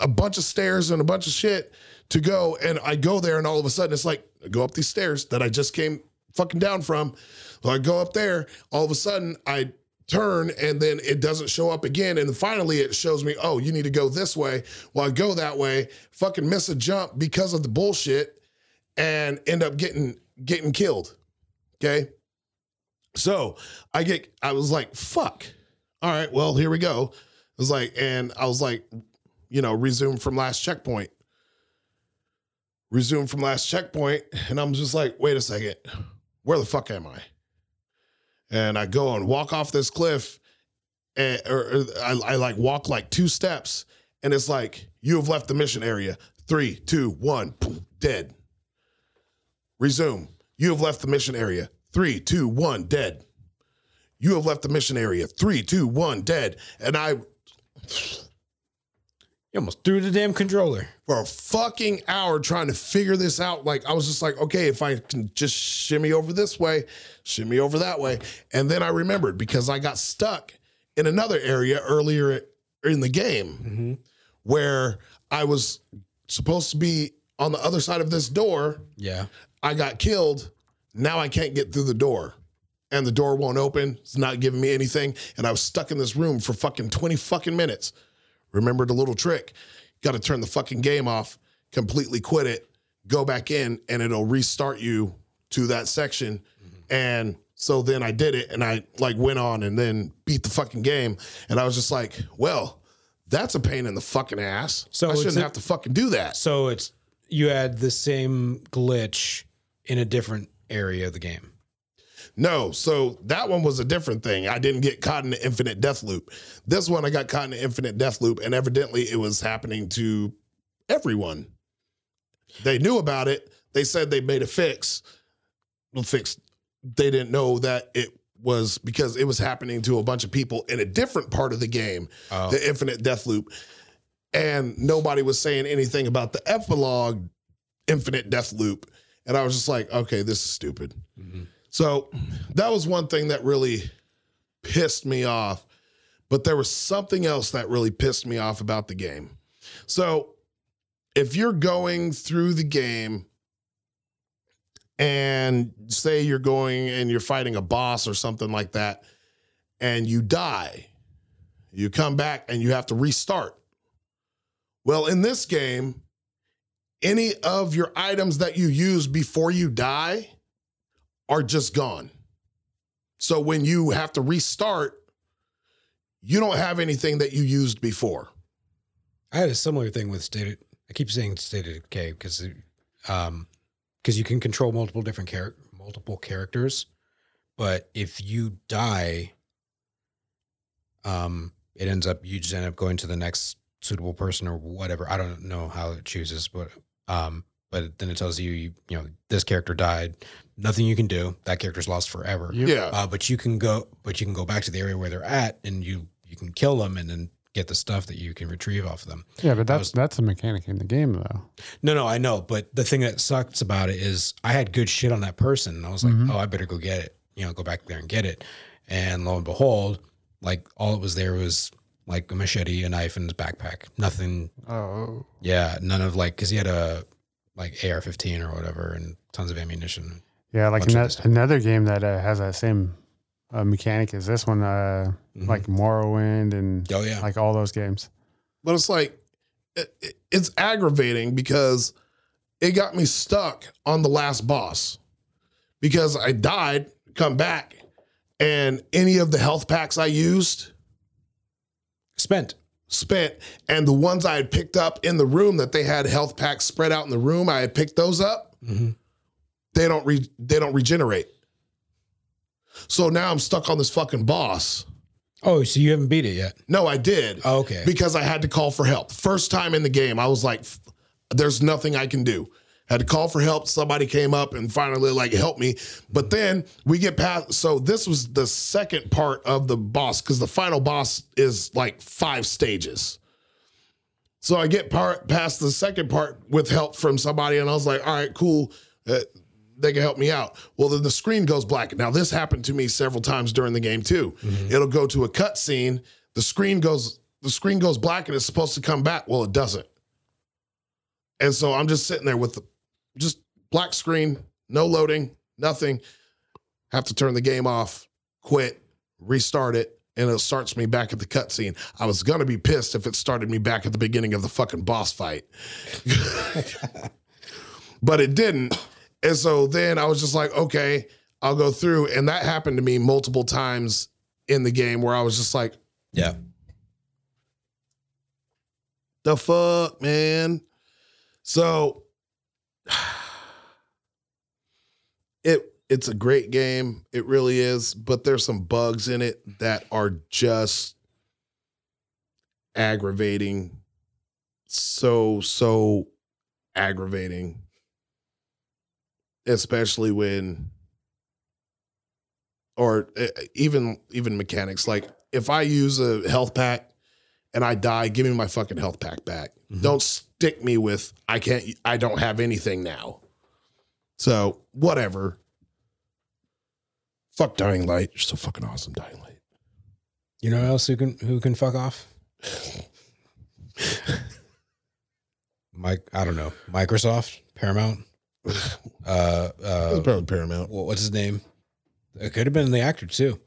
[SPEAKER 4] a bunch of stairs and a bunch of shit to go. And I go there, and all of a sudden it's like, I go up these stairs that I just came fucking down from. So I go up there, all of a sudden I turn and then it doesn't show up again. And finally it shows me, oh, you need to go this way. Well, I go that way, fucking miss a jump because of the bullshit and end up getting getting killed. Okay. So I get I was like, fuck. All right, well, here we go. It was like, and I was like, you know, resume from last checkpoint. Resume from last checkpoint. And I'm just like, wait a second, where the fuck am I? And I go and walk off this cliff, and or, or I, I like walk like two steps, and it's like, you have left the mission area. Three, two, one, poof, dead. Resume. You have left the mission area. Three, two, one, dead. You have left the mission area. Three, two, one, dead. And I
[SPEAKER 2] You almost threw the damn controller.
[SPEAKER 4] for a fucking hour trying to figure this out. Like I was just like, okay, if I can just shimmy over this way, shimmy over that way, and then I remembered because I got stuck in another area earlier in the game where I was supposed to be on the other side of this door.
[SPEAKER 2] Yeah.
[SPEAKER 4] I got killed. Now I can't get through the door. And the door won't open. It's not giving me anything. And I was stuck in this room for fucking 20 fucking minutes. Remembered a little trick. Got to turn the fucking game off, completely quit it, go back in, and it'll restart you to that section. And so then I did it and I like went on and then beat the fucking game. And I was just like, well, that's a pain in the fucking ass.
[SPEAKER 2] So
[SPEAKER 4] So I
[SPEAKER 2] it's
[SPEAKER 4] shouldn't
[SPEAKER 2] a-
[SPEAKER 4] have to fucking do that.
[SPEAKER 2] So it's you had the same glitch in a different area of the game.
[SPEAKER 4] No, so that one was a different thing. I didn't get caught in the infinite death loop. This one, I got caught in the infinite death loop, and evidently it was happening to everyone. They knew about it. They said they made a fix. Well, fix. They didn't know that it was because it was happening to a bunch of people in a different part of the game,
[SPEAKER 2] Oh.
[SPEAKER 4] the infinite death loop, and nobody was saying anything about the epilogue infinite death loop. And I was just like, okay, this is stupid.
[SPEAKER 2] Mm-hmm.
[SPEAKER 4] So that was one thing that really pissed me off. But there was something else that really pissed me off about the game. So if you're going through the game and say you're going and you're fighting a boss or something like that, and you die, you come back and you have to restart. Well, in this game, any of your items that you use before you die, are just gone. So when you have to restart, you don't have anything that you used before.
[SPEAKER 2] I had a similar thing with stated. I keep saying stated K because, um, because you can control multiple different char- multiple characters, but if you die, um, it ends up you just end up going to the next suitable person or whatever. I don't know how it chooses, but um, but then it tells you, you, you know, this character died. Nothing you can do. That character's lost forever.
[SPEAKER 5] You-
[SPEAKER 4] Yeah.
[SPEAKER 2] Uh, but you can go, but you can go back to the area where they're at, and you you can kill them, and then get the stuff that you can retrieve off of them.
[SPEAKER 5] Yeah, but that's that's a mechanic in the game though.
[SPEAKER 2] No, no, I know. But the thing that sucks about it is I had good shit on that person. And I was like,
[SPEAKER 5] Mhm.
[SPEAKER 2] oh, I better go get it. You know, go back there and get it. And lo and behold, like all it was there was like a machete, a knife, and his backpack. Nothing.
[SPEAKER 5] Oh,
[SPEAKER 2] Yeah. None of like, cause he had a like AR 15 or whatever and tons of ammunition.
[SPEAKER 5] yeah, like
[SPEAKER 2] Bunch of
[SPEAKER 5] ano-
[SPEAKER 2] this stuff.
[SPEAKER 5] another game that uh, has that same uh, mechanic as this one, uh,
[SPEAKER 2] Mhm.
[SPEAKER 5] like Morrowind and
[SPEAKER 2] oh, yeah.
[SPEAKER 5] like all those games.
[SPEAKER 4] but it's like it, it- it's aggravating because it got me stuck on the last boss because I died, come back, and any of the health packs I used
[SPEAKER 2] Spent.
[SPEAKER 4] spent, and the ones I had picked up in the room that they had health packs spread out in the room, I had picked those up.
[SPEAKER 2] Mm-hmm.
[SPEAKER 4] They don't re- they don't regenerate. So now I'm stuck on this fucking boss.
[SPEAKER 2] Oh, so you haven't beat it yet.
[SPEAKER 4] No, I did
[SPEAKER 2] Oh, okay.
[SPEAKER 4] because I had to call for help. First time in the game, I was like, "F- there's nothing I can do. Had to call for help. Somebody came up and finally like helped me. But then we get past. So this was the second part of the boss because the final boss is like five stages. So I get part past the second part with help from somebody, and I was like, all right, cool. Uh, they can help me out. Well, then the screen goes black. Now, this happened to me several times during the game too. It'll go to a cutscene. The screen goes the screen goes black and it's supposed to come back. Well, it doesn't. And so I'm just sitting there with the, just black screen, no loading, nothing. Have to turn the game off, quit, restart it, and it starts me back at the cutscene. I was gonna be pissed if it started me back at the beginning of the fucking boss fight. but it didn't. And so then I was just like, okay, I'll go through. And that happened to me multiple times in the game where I was just like,
[SPEAKER 2] Yeah.
[SPEAKER 4] the fuck, man. So it it's a great game. It really is, but there's some bugs in it that are just aggravating. So so aggravating. Especially when or eh, even even mechanics like if I use a health pack and I die, give me my fucking health pack back.
[SPEAKER 2] Mhm.
[SPEAKER 4] Don't stick me with I can't I don't have anything now. So whatever. Fuck Dying Light. You're so fucking awesome, Dying Light.
[SPEAKER 2] You know what else who can who can fuck off? Mike, I don't know. Microsoft, Paramount, uh,
[SPEAKER 4] That was
[SPEAKER 2] uh,
[SPEAKER 4] probably Paramount.
[SPEAKER 2] wha- what's his name? It could have been the actor too.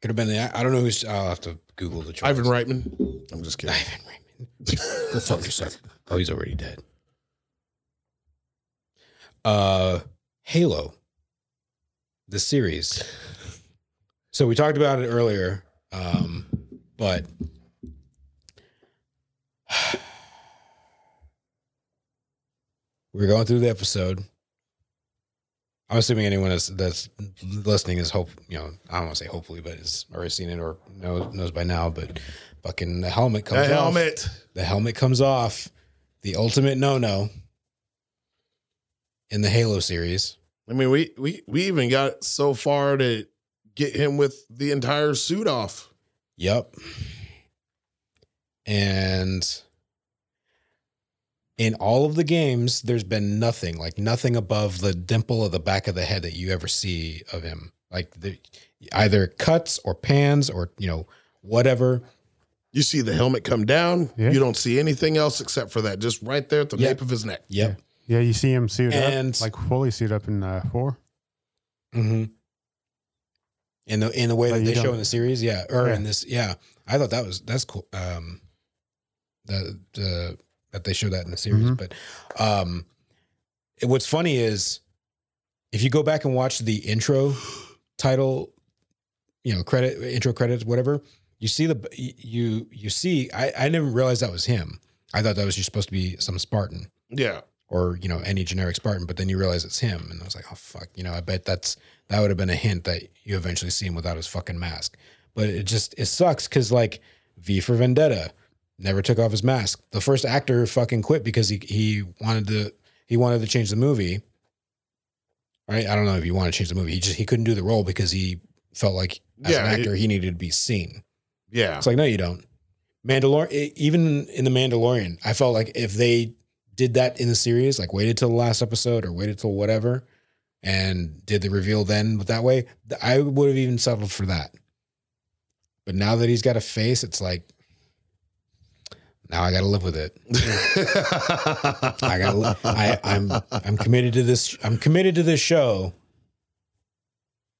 [SPEAKER 2] Could have been the. ac- I don't know who's. I'll have to Google the choice.
[SPEAKER 4] Ivan Reitman. I'm just kidding.
[SPEAKER 2] Ivan Reitman. Go fuck yourself. Oh, he's already dead. Uh, Halo, the series. So we talked about it earlier, um, but we were going through the episode. I'm assuming anyone that's, that's listening is hope you know I don't want to say hopefully, but has already seen it or knows knows by now. But fucking the helmet comes
[SPEAKER 4] The
[SPEAKER 2] off.
[SPEAKER 4] helmet.
[SPEAKER 2] The helmet comes off. The ultimate no no in the Halo series.
[SPEAKER 4] I mean, we we we even got so far to get him with the entire suit off.
[SPEAKER 2] Yep. And in all of the games, there's been nothing like nothing above the dimple of the back of the head that you ever see of him. Like the, either cuts or pans or you know whatever.
[SPEAKER 4] You see the helmet come down.
[SPEAKER 5] Yeah.
[SPEAKER 4] You don't see anything else except for that, just right there at the
[SPEAKER 2] Yeah.
[SPEAKER 4] nape of his neck.
[SPEAKER 2] Yep.
[SPEAKER 5] Yeah, you see him suit
[SPEAKER 2] And-
[SPEAKER 5] up, like fully suit up in uh, four.
[SPEAKER 2] Mm-hmm. In the in the way
[SPEAKER 5] Like
[SPEAKER 2] that they
[SPEAKER 5] you
[SPEAKER 2] show
[SPEAKER 5] don't-
[SPEAKER 2] in the series, yeah, or
[SPEAKER 5] Yeah.
[SPEAKER 2] in this, yeah. I thought that was that's cool. Um, the the that they show that in the series,
[SPEAKER 5] Mhm.
[SPEAKER 2] but um, it- what's funny is if you go back and watch the intro title, you know, credit intro credits, whatever, you see the you you see. I I never realized that was him. I thought that was just supposed to be some Spartan
[SPEAKER 4] Yeah.
[SPEAKER 2] or you know any generic Spartan, but then you realize it's him, and I was like, oh fuck, you know, I bet that's that would have been a hint that you eventually see him without his fucking mask. But it just it sucks because like V for Vendetta never took off his mask. The first actor fucking quit because he he wanted to He wanted to change the movie. Right? I don't know if he wanted to change the movie. He just he couldn't do the role because he felt like as
[SPEAKER 4] Yeah,
[SPEAKER 2] an
[SPEAKER 4] it-
[SPEAKER 2] actor he needed to be seen.
[SPEAKER 4] Yeah.
[SPEAKER 2] It's like, no, you don't. Mandalorian, even in The Mandalorian, I felt like if they did that in the series, like waited till the last episode or waited till whatever and did the reveal then but that way, th- I would have even settled for that. But now that he's got a face, it's like, now I got to live with it. I got, to I, I'm, I'm committed to this. I'm committed to this show.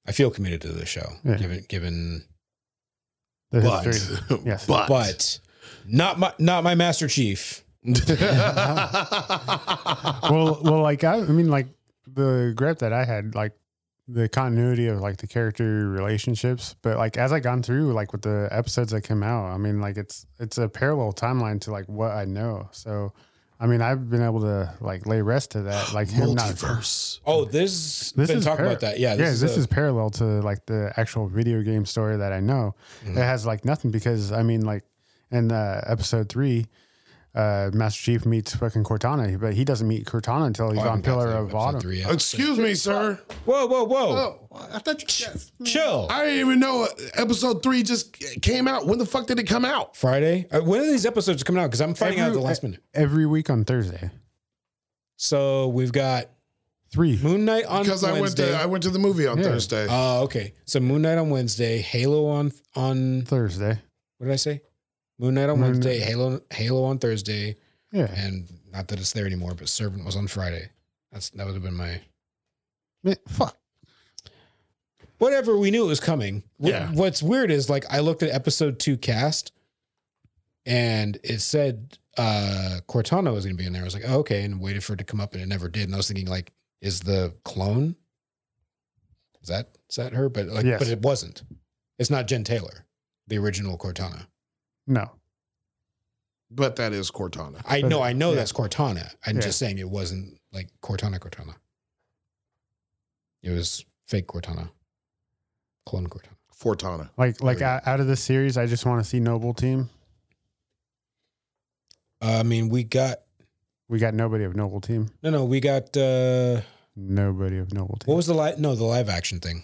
[SPEAKER 2] I feel committed to this show,
[SPEAKER 5] Yeah.
[SPEAKER 2] given, given
[SPEAKER 5] The history.
[SPEAKER 4] but,
[SPEAKER 5] Yes.
[SPEAKER 4] but
[SPEAKER 2] but not my not my Master Chief.
[SPEAKER 5] well, well, like I, I mean, like the grip that I had, like the continuity of like the character relationships, but like as I gone through, like with the episodes that came out, I mean, like it's it's a parallel timeline to like what I know. So, I mean, I've been able to like lay rest to that, like him not.
[SPEAKER 4] multiverse.
[SPEAKER 2] Oh, this,
[SPEAKER 5] This
[SPEAKER 2] been
[SPEAKER 5] is
[SPEAKER 2] talking
[SPEAKER 5] par-
[SPEAKER 2] about that. Yeah,
[SPEAKER 5] yeah, this,
[SPEAKER 2] a-
[SPEAKER 5] is parallel to like the actual video game story that I know.
[SPEAKER 2] Mhm.
[SPEAKER 5] It has like nothing because I mean, like in uh, episode three, uh, Master Chief meets fucking Cortana, but he doesn't meet Cortana until he's
[SPEAKER 2] Oh, I haven't
[SPEAKER 5] on
[SPEAKER 2] got
[SPEAKER 5] Pillar
[SPEAKER 2] to
[SPEAKER 5] of
[SPEAKER 2] episode
[SPEAKER 5] Autumn.
[SPEAKER 2] three yet.
[SPEAKER 4] Excuse me, sir.
[SPEAKER 2] Uh, Whoa, whoa, whoa!
[SPEAKER 4] Oh, I thought you. Yes.
[SPEAKER 2] Chill.
[SPEAKER 4] I didn't even know episode three just came out. When the fuck did it come out?
[SPEAKER 2] Friday. Uh, When are these episodes coming out? Because I'm finding out at the last minute.
[SPEAKER 5] Every week on Thursday.
[SPEAKER 2] So we've got
[SPEAKER 5] Three.
[SPEAKER 2] Moon Knight on
[SPEAKER 4] Because I went
[SPEAKER 2] Wednesday.
[SPEAKER 4] to I went to the movie on
[SPEAKER 5] Yeah.
[SPEAKER 4] Thursday.
[SPEAKER 2] Oh, okay. So Moon Knight on Wednesday. Halo on on
[SPEAKER 5] Thursday.
[SPEAKER 2] what did I say? Moon Knight on
[SPEAKER 5] Moon-
[SPEAKER 2] Wednesday. Halo Halo on Thursday.
[SPEAKER 5] Yeah.
[SPEAKER 2] And not that it's there anymore, but Servant was on Friday. That's that would have been my
[SPEAKER 5] Man, fuck.
[SPEAKER 2] whatever we knew it was coming Wh-
[SPEAKER 4] Yeah.
[SPEAKER 2] what's weird is like i looked at episode two cast and it said uh cortana was gonna be in there i was like oh, okay and waited for it to come up and it never did and i was thinking like is the clone is that is that her but like
[SPEAKER 5] Yes.
[SPEAKER 2] but it wasn't it's not jen taylor the original cortana
[SPEAKER 5] No.
[SPEAKER 4] but that is Cortana.
[SPEAKER 2] i
[SPEAKER 5] But-
[SPEAKER 2] know i know
[SPEAKER 5] yeah.
[SPEAKER 2] that's cortana i'm
[SPEAKER 5] Yeah.
[SPEAKER 2] just saying it wasn't like cortana cortana it was fake cortana clone cortana
[SPEAKER 4] Fortana.
[SPEAKER 5] Like like out, out of this series, I just want to see Noble Team.
[SPEAKER 2] i mean we got
[SPEAKER 5] We got nobody of Noble Team.
[SPEAKER 2] No, no, we got uh
[SPEAKER 5] Nobody of Noble Team.
[SPEAKER 2] what was the live no, the live action thing.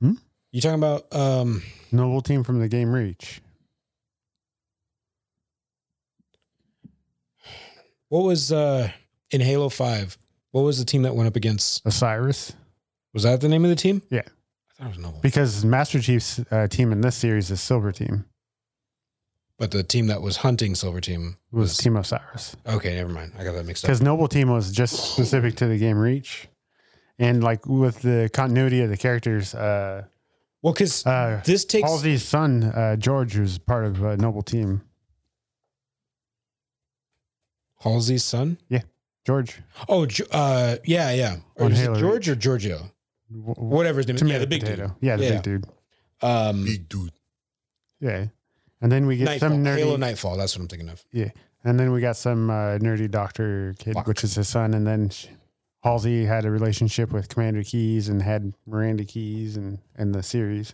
[SPEAKER 5] Hmm?
[SPEAKER 2] You talking about um
[SPEAKER 5] Noble Team from the game Reach?
[SPEAKER 2] what was uh in Halo 5? What was the team that went up against?
[SPEAKER 5] Osiris?
[SPEAKER 2] Was that the name of the team?
[SPEAKER 5] Yeah.
[SPEAKER 2] I thought it was Noble.
[SPEAKER 5] Because Master Chief's uh, team in this series is Silver Team.
[SPEAKER 2] But the team that was hunting Silver Team
[SPEAKER 5] Was Team Osiris.
[SPEAKER 2] Okay, never mind. I got that mixed up.
[SPEAKER 5] Because Noble Team was just specific to the game Reach. And like with the continuity of the characters, uh
[SPEAKER 2] Well, cuz
[SPEAKER 5] uh
[SPEAKER 2] this takes
[SPEAKER 5] Halsey's son, uh, George, who's part of uh, Noble Team.
[SPEAKER 2] Halsey's son?
[SPEAKER 5] George,
[SPEAKER 2] Oh, Ge- uh yeah, yeah. Or
[SPEAKER 5] On
[SPEAKER 2] is
[SPEAKER 5] Halo
[SPEAKER 2] it George or Giorgio?
[SPEAKER 5] w- w-
[SPEAKER 2] Whatever his name is. Yeah, the big
[SPEAKER 5] potato.
[SPEAKER 2] dude.
[SPEAKER 5] Yeah, the
[SPEAKER 2] Yeah.
[SPEAKER 5] big dude.
[SPEAKER 2] Um
[SPEAKER 4] Big dude.
[SPEAKER 5] Yeah. And then we get
[SPEAKER 2] Nightfall.
[SPEAKER 5] some nerdy,
[SPEAKER 2] Halo Nightfall, that's what I'm thinking of.
[SPEAKER 5] and then we got some uh, nerdy doctor kid,
[SPEAKER 2] Fuck.
[SPEAKER 5] which is his son. And then sh Halsey had a relationship with Commander Keys and had Miranda Keys and in the series.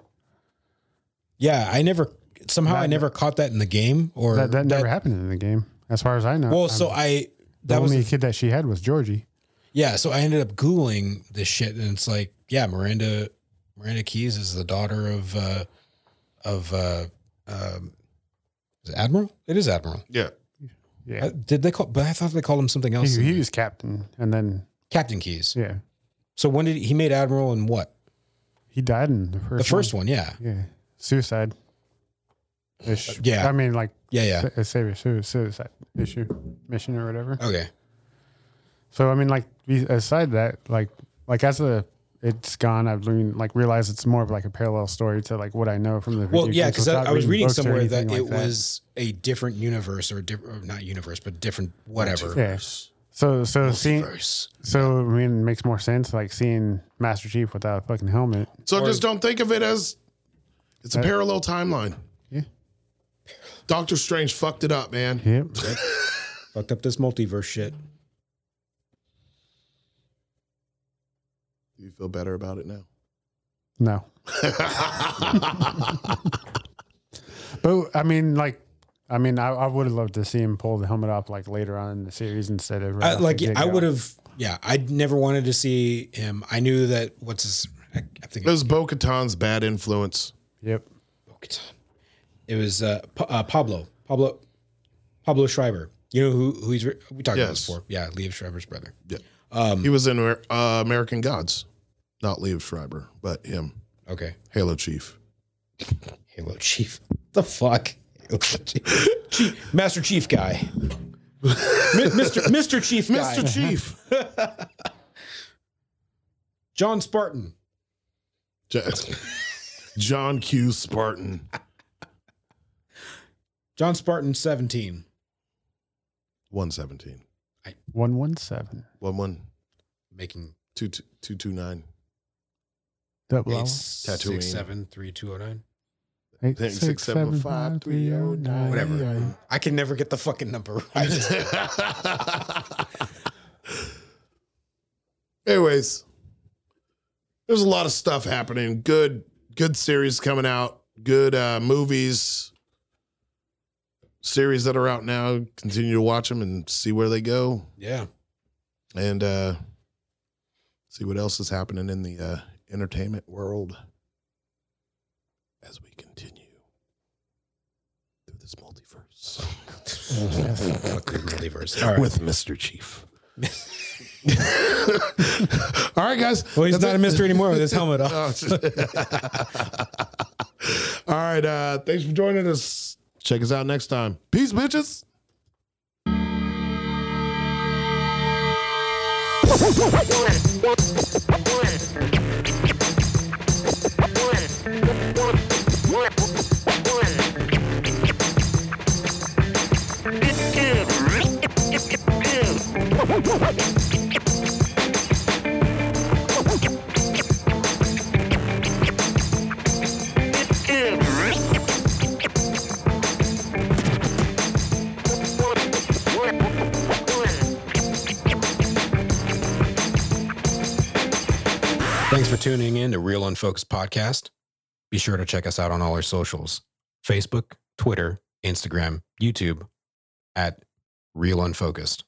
[SPEAKER 2] Yeah, I never somehow I
[SPEAKER 5] That-
[SPEAKER 2] never caught that in the game or
[SPEAKER 5] That, that never happened in the game, as far as I know.
[SPEAKER 2] Well,
[SPEAKER 5] Um,
[SPEAKER 2] so I
[SPEAKER 5] the
[SPEAKER 2] that was
[SPEAKER 5] only
[SPEAKER 2] the-
[SPEAKER 5] kid that she had was Georgie.
[SPEAKER 2] yeah. So I ended up googling this shit, and it's like yeah, Miranda Miranda Keys is the daughter of uh of uh um, is it Admiral. It is Admiral.
[SPEAKER 4] Yeah.
[SPEAKER 5] Yeah,
[SPEAKER 2] Uh, did they call? But I thought they called him something else.
[SPEAKER 5] he, he was captain, and then
[SPEAKER 2] Captain Keys.
[SPEAKER 5] yeah,
[SPEAKER 2] So when did he made Admiral and what
[SPEAKER 5] he died in the first.
[SPEAKER 2] the first one? Yeah,
[SPEAKER 5] Yeah, suicide. Ish.
[SPEAKER 2] Yeah.
[SPEAKER 5] I mean, like
[SPEAKER 2] yeah, yeah.
[SPEAKER 5] sa- save your su- suicide issue mission or whatever.
[SPEAKER 2] Okay,
[SPEAKER 5] So I mean, like be- aside that, like like as the it's gone, I've learned like realized it's more of like a parallel story to like what I know from the.
[SPEAKER 2] well, yeah,
[SPEAKER 5] video games
[SPEAKER 2] because
[SPEAKER 5] without
[SPEAKER 2] I, I was reading
[SPEAKER 5] books or
[SPEAKER 2] somewhere that
[SPEAKER 5] anything like
[SPEAKER 2] it was a different universe or different, not universe, but different whatever.
[SPEAKER 5] Yeah. So so seeing
[SPEAKER 2] Multiverse.
[SPEAKER 5] so I mean, it makes more sense like seeing Master Chief without a fucking helmet.
[SPEAKER 4] So just don't think of it as it's a parallel timeline.
[SPEAKER 5] Yeah.
[SPEAKER 4] Doctor Strange fucked it up, man.
[SPEAKER 5] Yep.
[SPEAKER 2] Fucked up this multiverse shit.
[SPEAKER 4] You feel better about it now.
[SPEAKER 5] No. But I mean, like I mean, I, I would have loved to see him pull the helmet off like later on in the series instead of uh, right
[SPEAKER 2] I,
[SPEAKER 5] off
[SPEAKER 2] like
[SPEAKER 5] the
[SPEAKER 2] I
[SPEAKER 5] get-go.
[SPEAKER 2] would have. Yeah, I never wanted to see him. I knew that. What's his? I, I think
[SPEAKER 4] It was Bo Katan's bad influence.
[SPEAKER 5] Yep.
[SPEAKER 2] it was uh, Pa- uh, Pablo. Pablo. Pablo Schreiber. You know who? Who he's? Re- we talked about this
[SPEAKER 4] Yes.
[SPEAKER 2] before. Yeah, Liev Schreiber's brother.
[SPEAKER 4] He was in uh, American Gods, not Liev Schreiber, but him,
[SPEAKER 2] Okay.
[SPEAKER 4] Halo Chief.
[SPEAKER 2] Halo Chief. The fuck? Halo Chief. Chief- Master Chief guy. Mi- Mr. Mr. Chief guy.
[SPEAKER 4] Mr. Chief.
[SPEAKER 2] John Spartan.
[SPEAKER 4] Ja- John Q. Spartan.
[SPEAKER 2] John Spartan 17.
[SPEAKER 4] 117.
[SPEAKER 5] One one seven.
[SPEAKER 4] 11229.
[SPEAKER 2] Making
[SPEAKER 5] Double
[SPEAKER 2] eight,
[SPEAKER 5] O.
[SPEAKER 4] Tatooine.
[SPEAKER 2] six, seven, three, two, oh, nine.
[SPEAKER 5] Eight,
[SPEAKER 4] Six, seven, five, three, oh, nine,
[SPEAKER 2] Whatever.
[SPEAKER 5] eight.
[SPEAKER 2] I can never get the fucking number right.
[SPEAKER 4] Anyways, there's a lot of stuff happening. Good, good series coming out. Good uh, movies, series that are out now. Continue to watch them and see where they go,
[SPEAKER 2] yeah.
[SPEAKER 4] and uh, see what else is happening in the uh, entertainment world as we continue through this multiverse
[SPEAKER 2] Fucking multiverse. All right.
[SPEAKER 4] with Mr. Chief. All right, guys.
[SPEAKER 2] well, he's
[SPEAKER 4] That's
[SPEAKER 2] not a
[SPEAKER 4] it.
[SPEAKER 2] mystery anymore with his helmet off.
[SPEAKER 4] All right. Uh, thanks for joining us. Check us out next time. Peace, bitches.
[SPEAKER 2] Thanks for tuning in to Real Unfocused Podcast. Be sure to check us out on all our socials Facebook, Twitter, Instagram, YouTube at Real Unfocused.